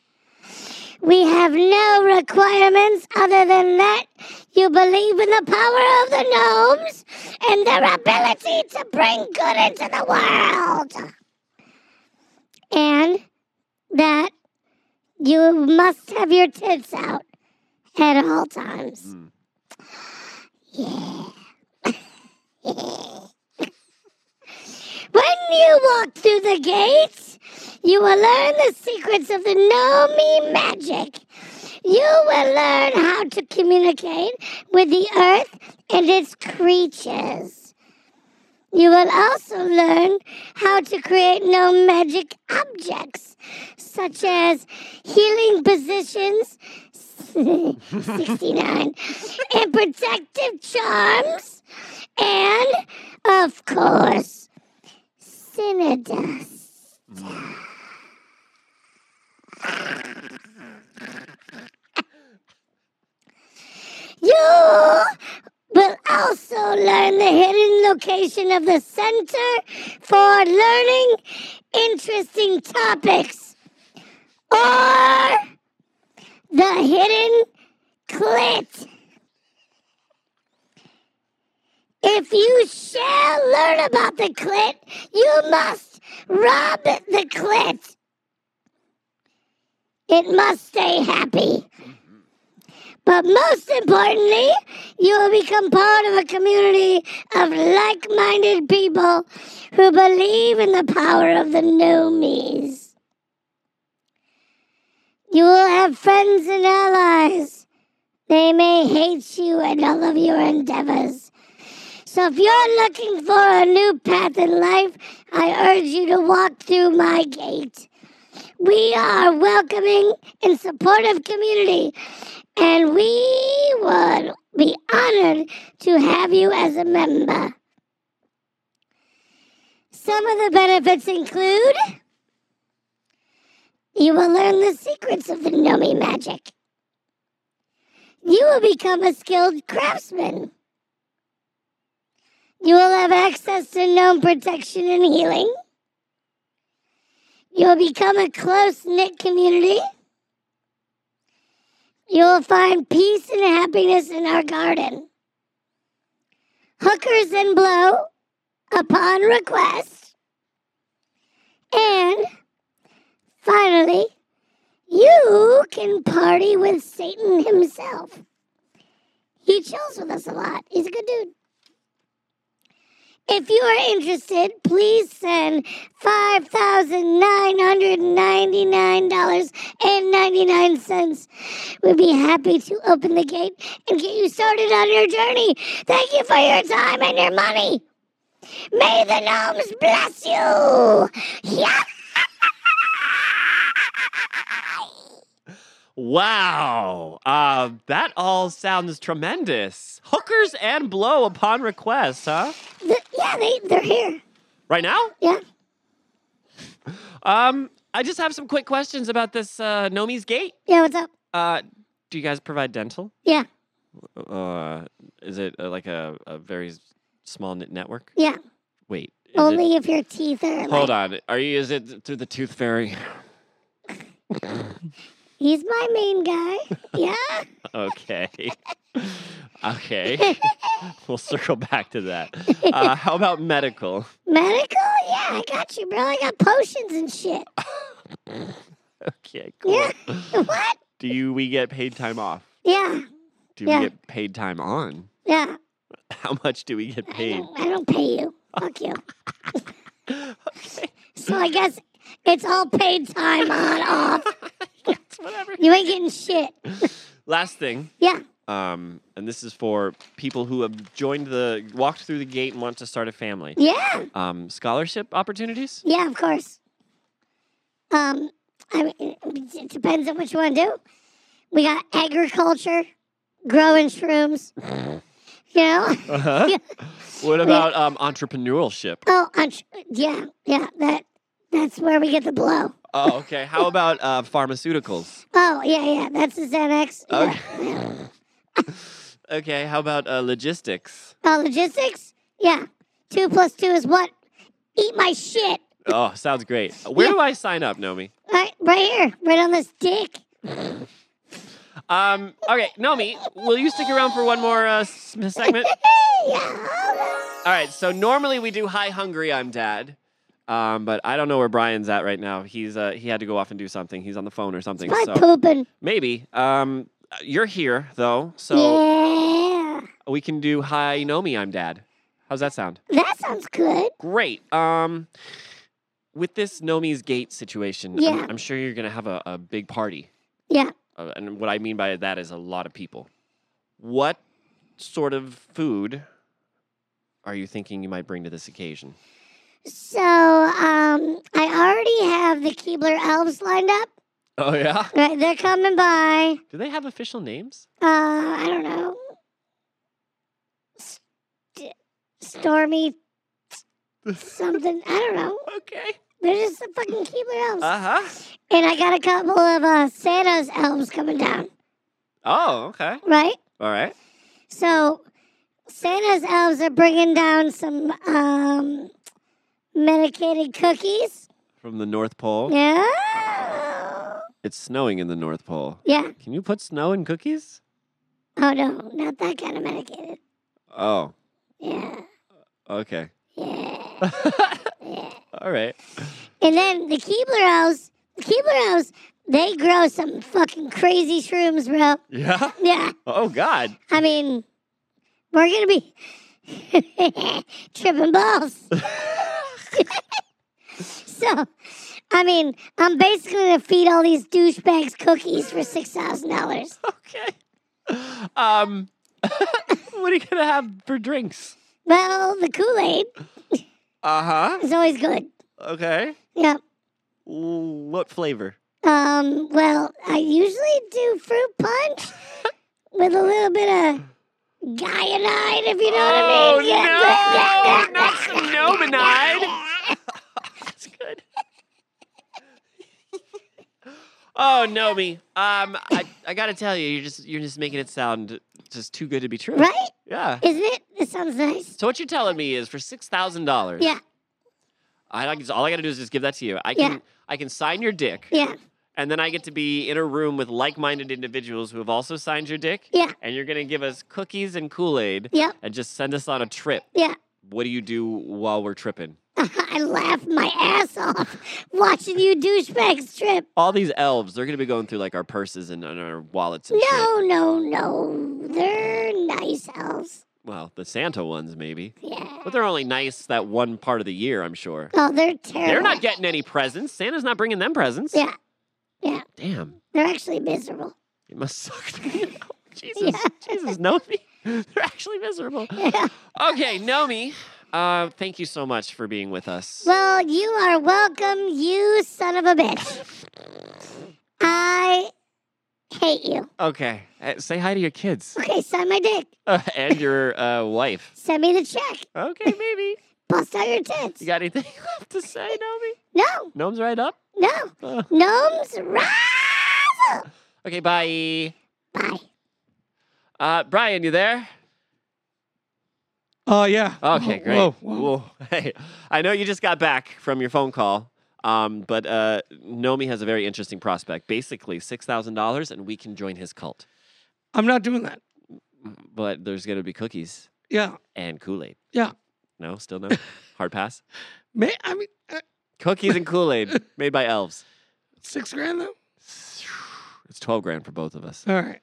S3: We have no requirements other than that you believe in the power of the gnomes and their ability to bring good into the world. And that you must have your tits out at all times.
S1: Mm.
S3: When you walk through the gates, you will learn the secrets of the Nomi magic. You will learn how to communicate with the earth and its creatures. You will also learn how to create no magic objects, such as healing positions 69 and protective charms, and of course, Synodus. You will also learn the hidden location of the Center for Learning Interesting Topics or the Hidden Clit. If you shall learn about the clit, you must rub the clit. It must stay happy. But most importantly, you will become part of a community of like minded people who believe in the power of the gnomies. You will have friends and allies. They may hate you and all of your endeavors. So if you're looking for a new path in life, I urge you to walk through my gate. We are a welcoming and supportive community, and we would be honored to have you as a member. Some of the benefits include you will learn the secrets of the Nomi magic. You will become a skilled craftsman. You will have access to gnome protection and healing. You will become a close knit community. You will find peace and happiness in our garden. Hookers and blow upon request. And finally, you can party with Satan himself. He chills with us a lot. He's a good dude. If you are interested, please send $5,999.99. We'd be happy to open the gate and get you started on your journey. Thank you for your time and your money. May the gnomes bless you. Yeah.
S1: Wow. Uh, that all sounds tremendous. Hookers and blow upon request, huh?
S3: The- yeah, they, they're here.
S1: Right now?
S3: Yeah.
S1: Um, I just have some quick questions about this uh, Nomi's Gate.
S3: Yeah, what's up?
S1: Uh, do you guys provide dental?
S3: Yeah.
S1: Uh, is it uh, like a, a very s- small knit network?
S3: Yeah.
S1: Wait. is it-
S3: Only if your teeth are like.
S1: hold on. Are you? Is it through the Tooth Fairy?
S3: He's my main guy. Yeah.
S1: Okay. okay. we'll circle back to that. Uh, how about medical?
S3: Medical? Yeah, I got you, bro. I got potions and shit.
S1: Okay. Cool.
S3: what?
S1: Do you? We get paid time off.
S3: Yeah,
S1: Do
S3: Yeah.
S1: we get paid time on?
S3: yeah.
S1: How much do we get
S3: I
S1: paid?
S3: don't, I don't pay you. Fuck you. So I guess it's all paid time on off.
S1: Whatever.
S3: You ain't getting shit.
S1: Last thing,
S3: Yeah.
S1: um, and this is for people who have joined the walked through the gate and want to start a family.
S3: Yeah.
S1: Um, scholarship opportunities.
S3: Yeah, of course. Um, I mean, it- it depends on what you want to do. We got agriculture, growing shrooms. You know?
S1: Uh-huh. what about um, entrepreneurship?
S3: Oh, entre- yeah, yeah. That that's where we get the blow.
S1: Oh, okay. How about uh, pharmaceuticals?
S3: Oh, yeah, yeah. That's the Xanax. Yeah,
S1: Okay.
S3: yeah.
S1: Okay. How about uh, logistics?
S3: Uh, logistics. Yeah. Two plus two is what? Eat my shit.
S1: Oh, sounds great. Where
S3: Yeah.
S1: do I sign up, Nomi?
S3: Right, right here, right on this dick.
S1: Um, okay, Nomi, will you stick around for one more uh, s- segment?
S3: yeah.
S1: All right. So normally we do "Hi, hungry, I'm dad," um, but I don't know where Brian's at right now. He's uh, he had to go off and do something. He's on the phone or something.
S3: My
S1: so
S3: pooping.
S1: maybe um, you're here though, so
S3: Yeah.
S1: we can do "Hi, Nomi, I'm dad." How's that sound?
S3: That sounds good.
S1: Great. Um, with this Nomi's Gate situation, I'm-
S3: Yeah.
S1: I'm, sure you're gonna have a, a big party,
S3: Yeah.
S1: uh, and what I mean by that is a lot of people. What sort of food are you thinking you might bring to this occasion?
S3: So, um, I already have the Keebler elves lined up.
S1: Oh yeah.
S3: Right, they're coming by.
S1: Do they have official names?
S3: Uh, I don't know. St- Stormy something. I don't know.
S1: Okay.
S3: They're just the fucking Keebler elves.
S1: Uh huh.
S3: and I got a couple of uh, Santa's elves coming down,
S1: Oh, okay.
S3: right?
S1: All right.
S3: So Santa's elves are bringing down some um, medicated cookies.
S1: From the North Pole.
S3: Yeah.
S1: It's snowing in the North Pole.
S3: Yeah.
S1: Can you put snow in cookies?
S3: Oh, no, not that kind of medicated.
S1: Oh,
S3: Yeah.
S1: okay.
S3: Yeah. yeah.
S1: All right.
S3: And then the Keebler elves, the Keebler elves, they grow some fucking crazy shrooms, bro.
S1: Yeah.
S3: Yeah.
S1: Oh God.
S3: I mean, we're going to be tripping balls. So, I mean, I'm basically gonna feed all these douchebags cookies for six thousand dollars.
S1: Okay. Um, what are you gonna have for drinks?
S3: Well, the Kool Aid
S1: Uh huh.
S3: is always good.
S1: Okay.
S3: Yep.
S1: What flavor?
S3: Um. Well, I usually do fruit punch with a little bit of guyanide, if you know what I mean.
S1: Oh, no! Not some Nomanide. That's good. oh Nomi, um, I, I gotta tell you, you're just you're just making it sound just too good to be true.
S3: Right?
S1: Yeah.
S3: Isn't it? It sounds nice.
S1: So what you're telling me is for six thousand dollars.
S3: Yeah.
S1: I I can- all I gotta do is just give that to you. I
S3: Yeah.
S1: can I can sign your dick,
S3: Yeah.
S1: and then I get to be in a room with like-minded individuals who have also signed your dick.
S3: Yeah.
S1: And you're gonna give us cookies and Kool-Aid,
S3: Yep.
S1: and just send us on a trip.
S3: Yeah.
S1: What do you do while we're tripping?
S3: I laughed my ass off watching you douchebags trip.
S1: All these elves, they're gonna be going through like our purses and, and our wallets and shit.
S3: No, no, no. They're nice elves.
S1: Well, the Santa ones maybe,
S3: Yeah.
S1: but they're only nice that one part of the year, I'm sure.
S3: Oh, they're terrible.
S1: They're not getting any presents. Santa's not bringing them presents.
S3: Yeah. Yeah.
S1: Damn.
S3: They're actually miserable.
S1: It must suck. to be an elf. Jesus, Jesus, Nomi. They're actually miserable.
S3: Yeah.
S1: Okay, Nomi, uh, thank you so much for being with us.
S3: Well, you are welcome, you son of a bitch. I hate you.
S1: Okay, uh, say hi to your kids
S3: Okay, sign my dick.
S1: uh, and your uh, wife.
S3: Send me the check.
S1: Okay, maybe.
S3: Bust out your tits.
S1: You got anything left to say, Nomi?
S3: No,
S1: Gnome's right up.
S3: no.
S1: Uh,
S3: Gnomes rise up.
S1: okay, bye.
S3: Bye.
S1: Uh, Brian, you there?
S2: Oh yeah.
S1: Okay,
S2: Whoa,
S1: great.
S2: Whoa, whoa.
S1: Whoa. Hey, I know you just got back from your phone call, um, but uh, Nomi has a very interesting prospect. Basically, six thousand dollars, and we can join his cult.
S2: I'm not doing that.
S1: But there's gonna be cookies
S2: Yeah.
S1: and Kool Aid.
S2: Yeah.
S1: No, still no. Hard pass.
S2: May I mean uh,
S1: Cookies and Kool Aid made by elves.
S2: six grand though.
S1: It's twelve grand for both of us.
S2: All right.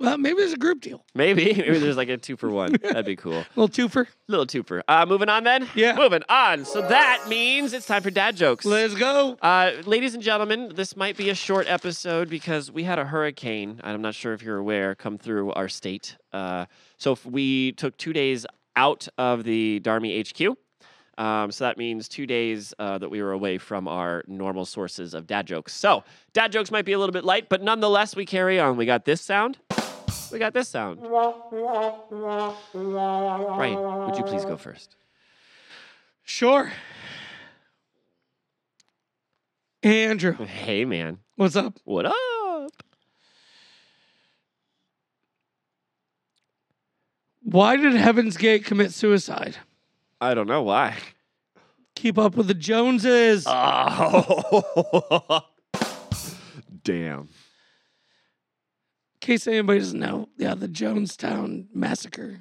S2: Well, maybe there's a group deal.
S1: Maybe. Maybe there's like a two for one. That'd be cool.
S2: Little twofer.
S1: Little twofer. Uh, moving on then?
S2: Yeah.
S1: Moving on. So that means it's time for dad jokes.
S2: Let's go.
S1: Uh, ladies and gentlemen, this might be a short episode because we had a hurricane, and I'm not sure if you're aware, come through our state. Uh, so if we took two days out of the Darmy HQ. Um, so that means two days uh, that we were away from our normal sources of dad jokes. So dad jokes might be a little bit light, but nonetheless, we carry on. We got this sound. We got this sound. Brian, would you please go first?
S2: Sure. Hey, Andrew.
S1: Hey, man.
S2: What's up?
S1: What up?
S2: Why did Heaven's Gate commit suicide?
S1: I don't know why.
S2: Keep up with the Joneses.
S1: Oh. Damn.
S2: In case anybody doesn't know, yeah, the Jonestown massacre.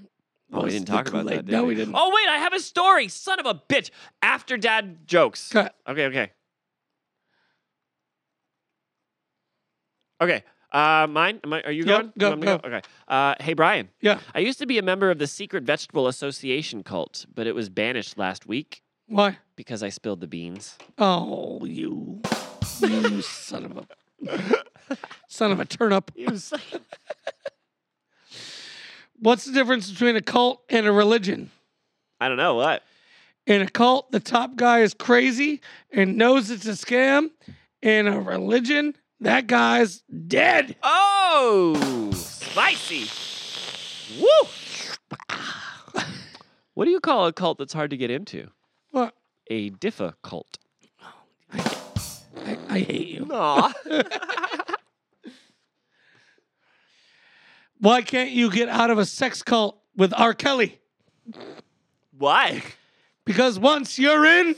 S1: Oh, we
S2: was
S1: didn't
S2: the
S1: talk about that.
S2: Kool-Aid.
S1: Did
S2: no, we didn't.
S1: Oh, wait, I have a story. Son of a bitch. After dad jokes.
S2: Cut.
S1: Okay, okay. Okay. Uh, mine? Am I, are you
S2: Yeah,
S1: going?
S2: go,
S1: You want me to
S2: go.
S1: Okay. Uh, hey, Brian.
S2: Yeah.
S1: I used to be a member of the Secret Vegetable Association cult, but it was banished last week
S2: Why?
S1: because I spilled the beans.
S2: Oh, you, you son of a, son of a turnip. What's the difference between a cult and a religion?
S1: I don't know what.
S2: In a cult, the top guy is crazy and knows it's a scam. In a religion, that guy's dead.
S1: Oh, spicy. Woo. What do you call a cult that's hard to get into?
S2: What?
S1: A diffa cult.
S2: I, I hate you.
S1: Aw.
S2: Why can't you get out of a sex cult with R. Kelly?
S1: Why?
S2: Because once you're in,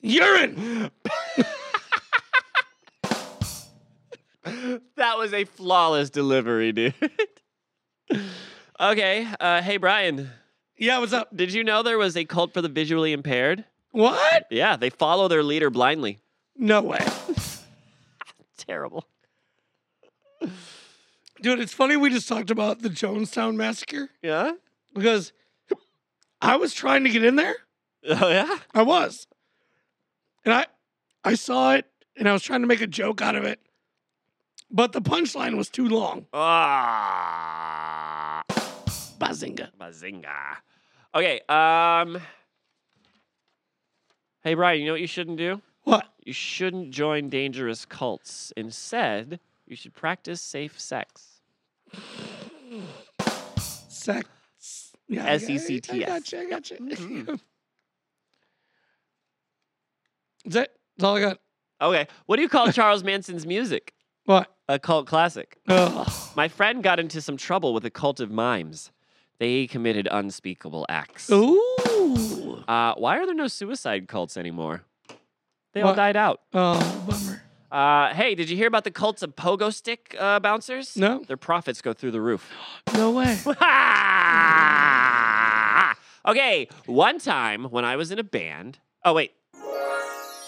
S2: you're in.
S1: That was a flawless delivery, dude. okay. Uh, hey, Brian.
S2: Yeah, what's up?
S1: Did you know there was a cult for the visually impaired?
S2: What?
S1: Yeah, they follow their leader blindly.
S2: No way.
S1: Terrible.
S2: Dude, it's funny we just talked about the Jonestown massacre
S1: Yeah?
S2: because I was trying to get in there.
S1: Oh, yeah?
S2: I was. And I I saw it and I was trying to make a joke out of it. But the punchline was too long.
S1: Ah.
S2: Bazinga.
S1: Bazinga. Okay. Um. Hey, Brian, you know what you shouldn't do?
S2: What?
S1: You shouldn't join dangerous cults. Instead, you should practice safe sex.
S2: Sex. Yeah, I- I, I
S1: S-E-C-T-S.
S2: gotcha, I gotcha. That's it. That's all I got.
S1: Okay. What do you call Charles Manson's music?
S2: What?
S1: A cult classic.
S2: Ugh.
S1: My friend got into some trouble with a cult of mimes. They committed unspeakable acts.
S2: Ooh.
S1: Uh, why are there no suicide cults anymore? They all
S2: What?
S1: died out.
S2: Oh, bummer.
S1: Uh, hey, did you hear about the cults of pogo stick uh, bouncers?
S2: No.
S1: Their profits go through the roof.
S2: No way.
S1: okay, one time when I was in a band. Oh, wait.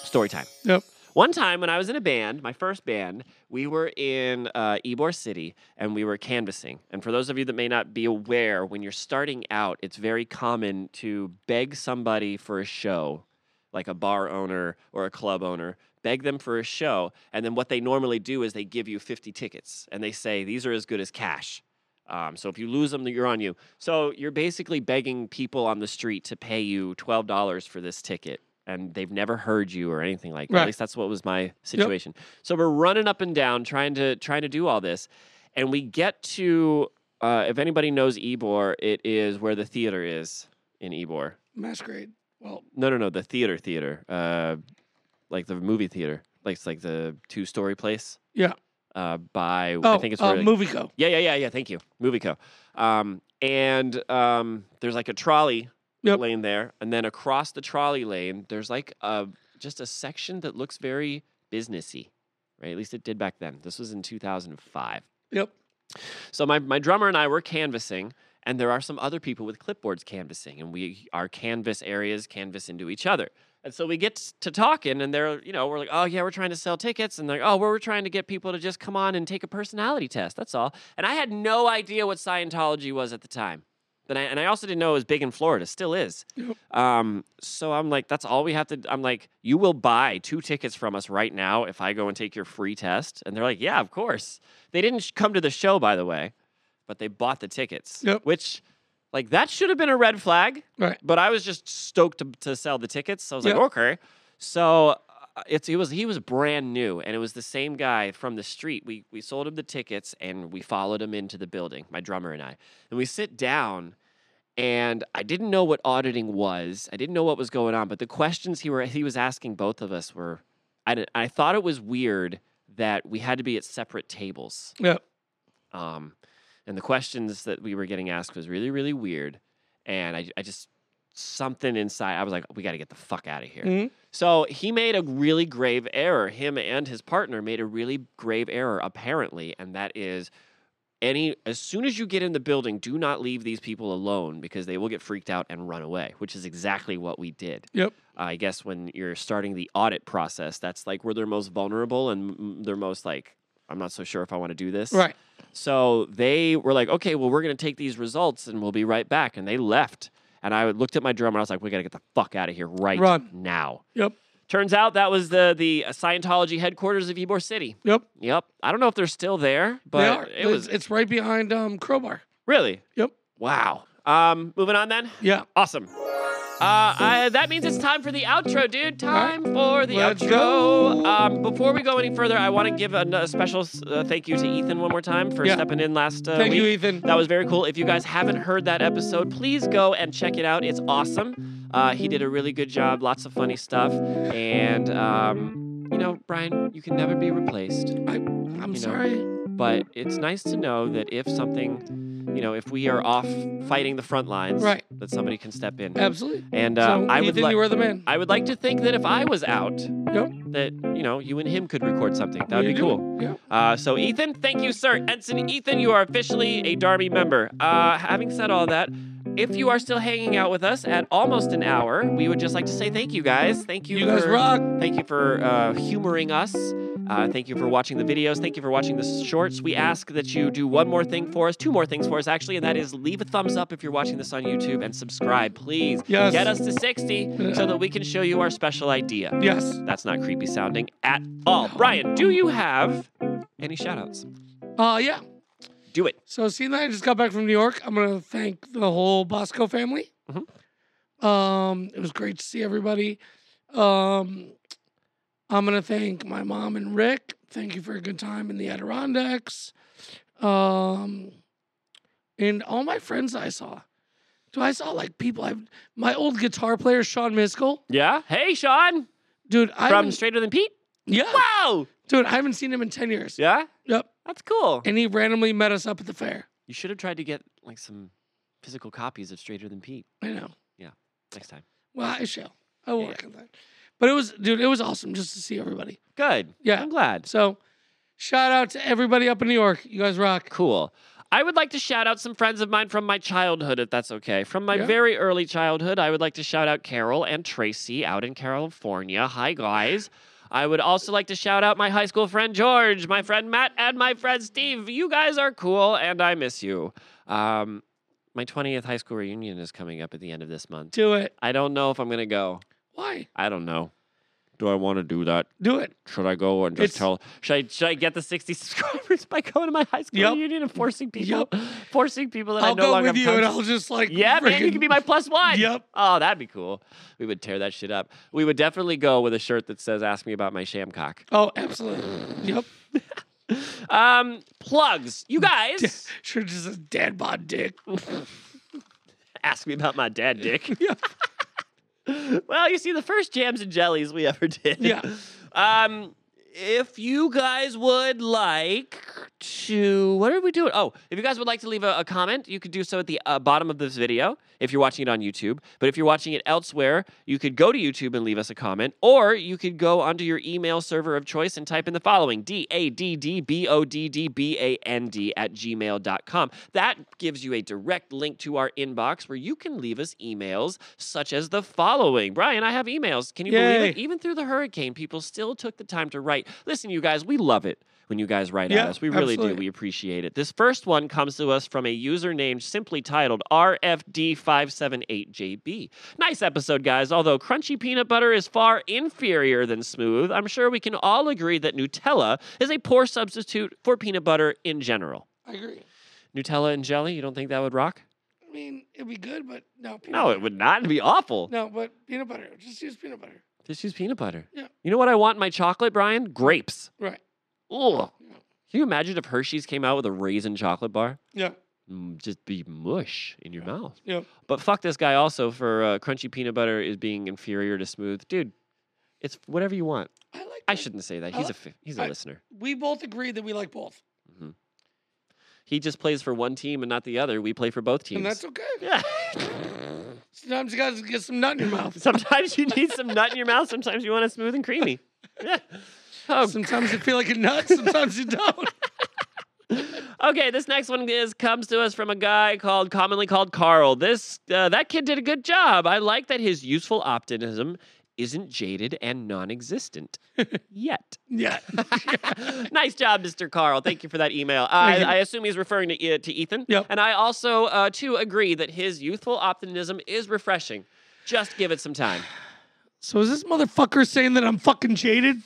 S1: Story time.
S2: Yep.
S1: One time when I was in a band, my first band, we were in uh, Ybor City and we were canvassing. And for those of you that may not be aware, when you're starting out, it's very common to beg somebody for a show, like a bar owner or a club owner, beg them for a show. And then what they normally do is they give you 50 tickets and they say, these are as good as cash. Um, so if you lose them, then you're on you. So you're basically begging people on the street to pay you twelve dollars for this ticket, and they've never heard you or anything like that. At
S2: Right.
S1: least that's what was my situation. So we're running up and down trying to trying to do all this, and we get to uh, if anybody knows Ebor, it is where the theater is in Ebor.
S2: Masquerade. Well,
S1: No, no, no, the theater theater, uh, like the movie theater, like it's like the two story place.
S2: Yeah.
S1: Uh, by
S2: oh,
S1: I think it's
S2: uh,
S1: where, like,
S2: movie go.
S1: yeah, yeah, yeah, yeah. Thank you, MovieCo. Um, and um, there's like a trolley
S2: Yep.
S1: lane there, and then across the trolley lane, there's like a just a section that looks very businessy, right? At least it did back then. This was in 2005.
S2: Yep.
S1: So my my drummer and I were canvassing, And there are some other people with clipboards canvassing, and we our canvas areas canvas into each other. And so we get to talking, and they're, you know, we're like, oh, yeah, we're trying to sell tickets. And they're like, oh, well, we're trying to get people to just come on and take a personality test. That's all. And I had no idea what Scientology was at the time. And I, and I also didn't know it was big in Florida, still is.
S2: Yep.
S1: Um, so I'm like, that's all we have to. I'm like, you will buy two tickets from us right now if I go and take your free test. And they're like, yeah, of course. They didn't sh- come to the show, by the way, but they bought the tickets,
S2: Yep.
S1: which, like, that should have been a red flag.
S2: Right.
S1: But I was just stoked to, to sell the tickets. So I was
S2: Yep.
S1: like, okay. So uh, it's he was he was brand new, and it was the same guy from the street. We we sold him the tickets, and we followed him into the building. My drummer and I, and we sit down. And I didn't know what auditing was. I didn't know what was going on, but the questions he were he was asking both of us were, I, di- I thought it was weird that we had to be at separate tables.
S2: Yep.
S1: Um, and the questions that we were getting asked was really, really weird. And I, I just, something inside, I was like, we got to get the fuck out of here.
S2: Mhm.
S1: So he made a really grave error. Him and his partner made a really grave error, apparently. And that is, any as soon as you get in the building, do not leave these people alone because they will get freaked out and run away, which is exactly what we did.
S2: Yep.
S1: I guess when you're starting the audit process, that's like where they're most vulnerable and mm, they're most like, I'm not so sure if I want to do this.
S2: Right.
S1: So they were like, okay, well, we're going to take these results and we'll be right back. And they left. And I looked at my drummer and I was like, we got to get the fuck out of here right
S2: Run.
S1: now.
S2: Yep.
S1: Turns out that was the, the Scientology headquarters of Ybor City.
S2: Yep.
S1: Yep. I don't know if they're still there, but
S2: they are.
S1: it
S2: It's-
S1: was
S2: It's right behind um, Crowbar.
S1: really,
S2: Yep.
S1: wow. Um, moving on then.
S2: Yeah.
S1: Awesome. Uh, I, that means it's time for the outro, dude. Time for the
S2: Let's
S1: outro.
S2: go.
S1: Um, before we go any further, I want to give a, a special uh, thank you to Ethan one more time for
S2: Yeah.
S1: stepping in last uh,
S2: Thank
S1: week.
S2: you, Ethan.
S1: That was very cool. If you guys haven't heard that episode, please go and check it out. It's awesome. Uh, he did a really good job. Lots of funny stuff. And um, you know, Brian, you can never be replaced
S2: I'm
S1: know.
S2: sorry.
S1: but it's nice to know that if something, you know, if we are off fighting the front lines,
S2: Right.
S1: that somebody can step in.
S2: Absolutely.
S1: And uh,
S2: so
S1: I
S2: Ethan,
S1: would like,
S2: you were the man.
S1: I would like to think that if I was out,
S2: Yep.
S1: that you know, you and him could record something. That would
S2: You
S1: be
S2: did.
S1: cool.
S2: Yep.
S1: Uh, so Ethan, thank you, sir. Ensign Ethan, you are officially a Darby member. Uh, having said all that. If you are still hanging out with us at almost an hour, we would just like to say thank you guys. Thank you.
S2: You guys
S1: for-
S2: rock.
S1: Thank you for uh, humoring us. Uh, thank you for watching the videos. Thank you for watching the shorts. We ask that you do one more thing for us, two more things for us, actually, and that is leave a thumbs up if you're watching this on YouTube and subscribe, please.
S2: Yes.
S1: Get us to 60 so that we can show you our special idea.
S2: Yes.
S1: That's not creepy sounding at all. Brian, do you have any shout outs?
S2: Uh, yeah.
S1: Do it.
S2: So, seeing that I just got back from New York, I'm going to thank the whole Bosco family.
S1: Mm-hmm.
S2: Um, it was great to see everybody. Um, I'm going to thank my mom and Rick. Thank you for a good time in the Adirondacks. Um, and all my friends I saw. So I saw like people. I've my old guitar player Sean Miskell,
S1: Yeah. Hey, Sean
S2: dude. I
S1: from
S2: haven't-
S1: Straighter Than Pete.
S2: yeah,
S1: Wow.
S2: dude. I haven't seen him in ten years.
S1: Yeah.
S2: Yep.
S1: That's cool.
S2: And he randomly met us up at the fair.
S1: You should have tried to get like some physical copies of Straighter Than Pete
S2: I know.
S1: next time.
S2: Well, I shall. I will
S1: Yeah.
S2: work on that. But it was, dude, it was awesome just to see everybody.
S1: Good.
S2: Yeah.
S1: I'm glad.
S2: So, shout out to everybody up in New York. You guys rock.
S1: Cool. I would like to shout out some friends of mine from my childhood, if that's okay. From my
S2: Yeah.
S1: very early childhood, I would like to shout out Carol and Tracy out in California. Hi, guys. I would also like to shout out my high school friend George, my friend Matt, and my friend Steve. You guys are cool, and I miss you. Um, my 20th high school reunion is coming up at the end of this month.
S2: Do it.
S1: I don't know if I'm going to go.
S2: Why?
S1: I don't know. Do I want to do that?
S2: Do it.
S1: Should I go and just
S2: It's-
S1: tell? Should I should I get the sixty subscribers by going to my high school
S2: Yep.
S1: reunion and forcing people, forcing people that I
S2: I'll
S1: no
S2: go
S1: longer
S2: with you
S1: punch?
S2: and I'll just like,
S1: yeah, man, you
S2: friggin-
S1: can be my plus one.
S2: Yep.
S1: Oh, that'd be cool. We would tear that shit up. We would definitely go with a shirt that says "Ask me about my shamcock."
S2: Oh, absolutely. Yep.
S1: Um, plugs, you guys.
S2: Sure, just a dad bod dick.
S1: ask me about my dad dick. well, you see, the first jams and jellies we ever did.
S2: Yeah.
S1: Um, if you guys would like to what are we doing? Oh, if you guys would like to leave a, a comment, you could do so at the uh, bottom of this video if you're watching it on YouTube. But if you're watching it elsewhere, you could go to YouTube and leave us a comment, or you could go onto your email server of choice and type in the following D A D D B O D D B A N D at gmail.com. That gives you a direct link to our inbox where you can leave us emails such as the following. Brian, I have emails. Can you
S2: Yay.
S1: believe it? Even through the hurricane, people still took the time to write. Listen, you guys, we love it when you guys write at
S2: Yeah,
S1: us. We really do.
S2: absolutely.
S1: We appreciate it. This first one comes to us from a user named simply titled RFD578JB. Nice episode, guys. Although crunchy peanut butter is far inferior than smooth, I'm sure we can all agree that Nutella is a poor substitute for peanut butter in general.
S2: I agree.
S1: Nutella and jelly, you don't think that would rock?
S2: I mean, it'd be good, but no. Peanut
S1: No,
S2: butter.
S1: it would not. It'd be awful.
S2: No, but peanut butter. Just use peanut butter.
S1: Just use peanut butter.
S2: Yeah.
S1: You know what I want in my chocolate, Brian? Grapes.
S2: Right.
S1: Ugh.
S2: Yeah.
S1: Can you imagine if Hershey's came out with a raisin chocolate bar?
S2: Yeah.
S1: mm, just be mush in your mouth.
S2: Yeah.
S1: But fuck this guy also for uh, crunchy peanut butter is being inferior to smooth, dude. It's whatever you want.
S2: I like.
S1: I
S2: both.
S1: shouldn't say that.
S2: I
S1: He's
S2: li-
S1: a fi- he's a
S2: Uh, I-
S1: listener.
S2: We both agree that we like both,
S1: hmm He just plays for one team and not the other. We play for both teams.
S2: and that's okay.
S1: yeah.
S2: Sometimes you gotta get some nut in your mouth.
S1: Sometimes you need some nut in your mouth. Sometimes you want it smooth and creamy. Yeah. Oh,
S2: Sometimes you feel like a nut. Sometimes you don't.
S1: Okay, this next one is comes to us from a guy called commonly called Carl. This uh, that kid did a good job. I like that his useful optimism isn't jaded and non-existent yet.
S2: Yeah.
S1: nice job, Mr. Carl. Thank you for that email. Uh, I,
S2: Thank you.
S1: I assume he's referring to uh, to Ethan.
S2: Yep.
S1: And I also uh, too agree that his youthful optimism is refreshing. Just give it some time.
S2: So is this motherfucker saying that I'm fucking jaded?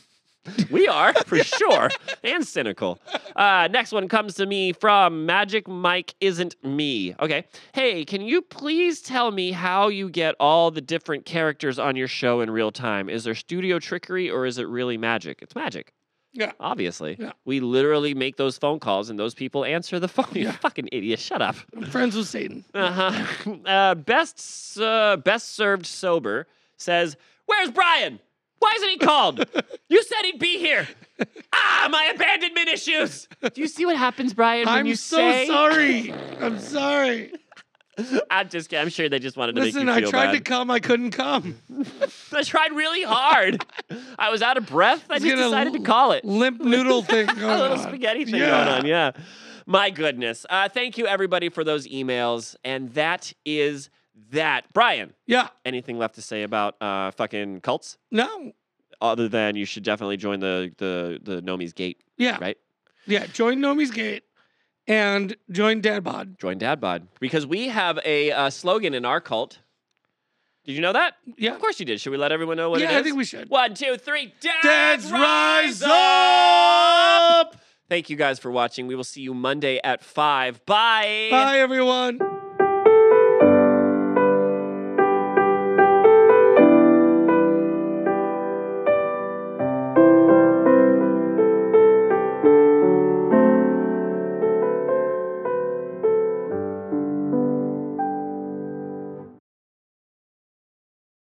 S1: We are for sure, and cynical. Uh, next one comes to me from Magic Mike isn't me. Okay, hey, can you please tell me how you get all the different characters on your show in real time? Is there studio trickery or is it really magic? It's magic.
S2: Yeah.
S1: Obviously,
S2: Yeah.
S1: we literally make those phone calls and those people answer the phone. You
S2: Yeah.
S1: fucking idiot! Shut up.
S2: I'm friends with Satan.
S1: Uh-huh. Uh, best s- uh, best served sober says, "Where's Brian? Why isn't he called? you said he'd be here. Ah, my abandonment issues. Do you see what happens, Brian? When
S2: I'm
S1: you
S2: so
S1: say,
S2: sorry. I'm sorry.
S1: I'm just, kidding. I'm sure they just wanted to
S2: Listen,
S1: make
S2: I
S1: you feel
S2: tried to
S1: bad.
S2: come. I couldn't come.
S1: I tried really hard. I was out of breath. I
S2: It's
S1: just
S2: gonna
S1: decided to
S2: l-
S1: call it.
S2: Limp noodle thing going
S1: a little
S2: on.
S1: spaghetti thing
S2: Yeah.
S1: going on. Yeah. My goodness. Uh, thank you, everybody, for those emails. And that is that. Brian,
S2: Yeah.
S1: anything left to say about uh, fucking cults?
S2: No.
S1: other than you should definitely join the the the Nomi's Gate,
S2: Yeah.
S1: right?
S2: Yeah. Join Nomi's Gate and join Dad Bod.
S1: Join Dad Bod because we have a uh, slogan in our cult. Did you know that?
S2: Yeah.
S1: Of course you did. Should we let everyone know what it
S2: yeah,
S1: is?
S2: I think we should.
S1: One, two, three. Dads,
S2: Dads
S1: rise
S2: rise
S1: up! Thank you guys for watching. We will see you Monday at five. Bye.
S2: Bye, everyone.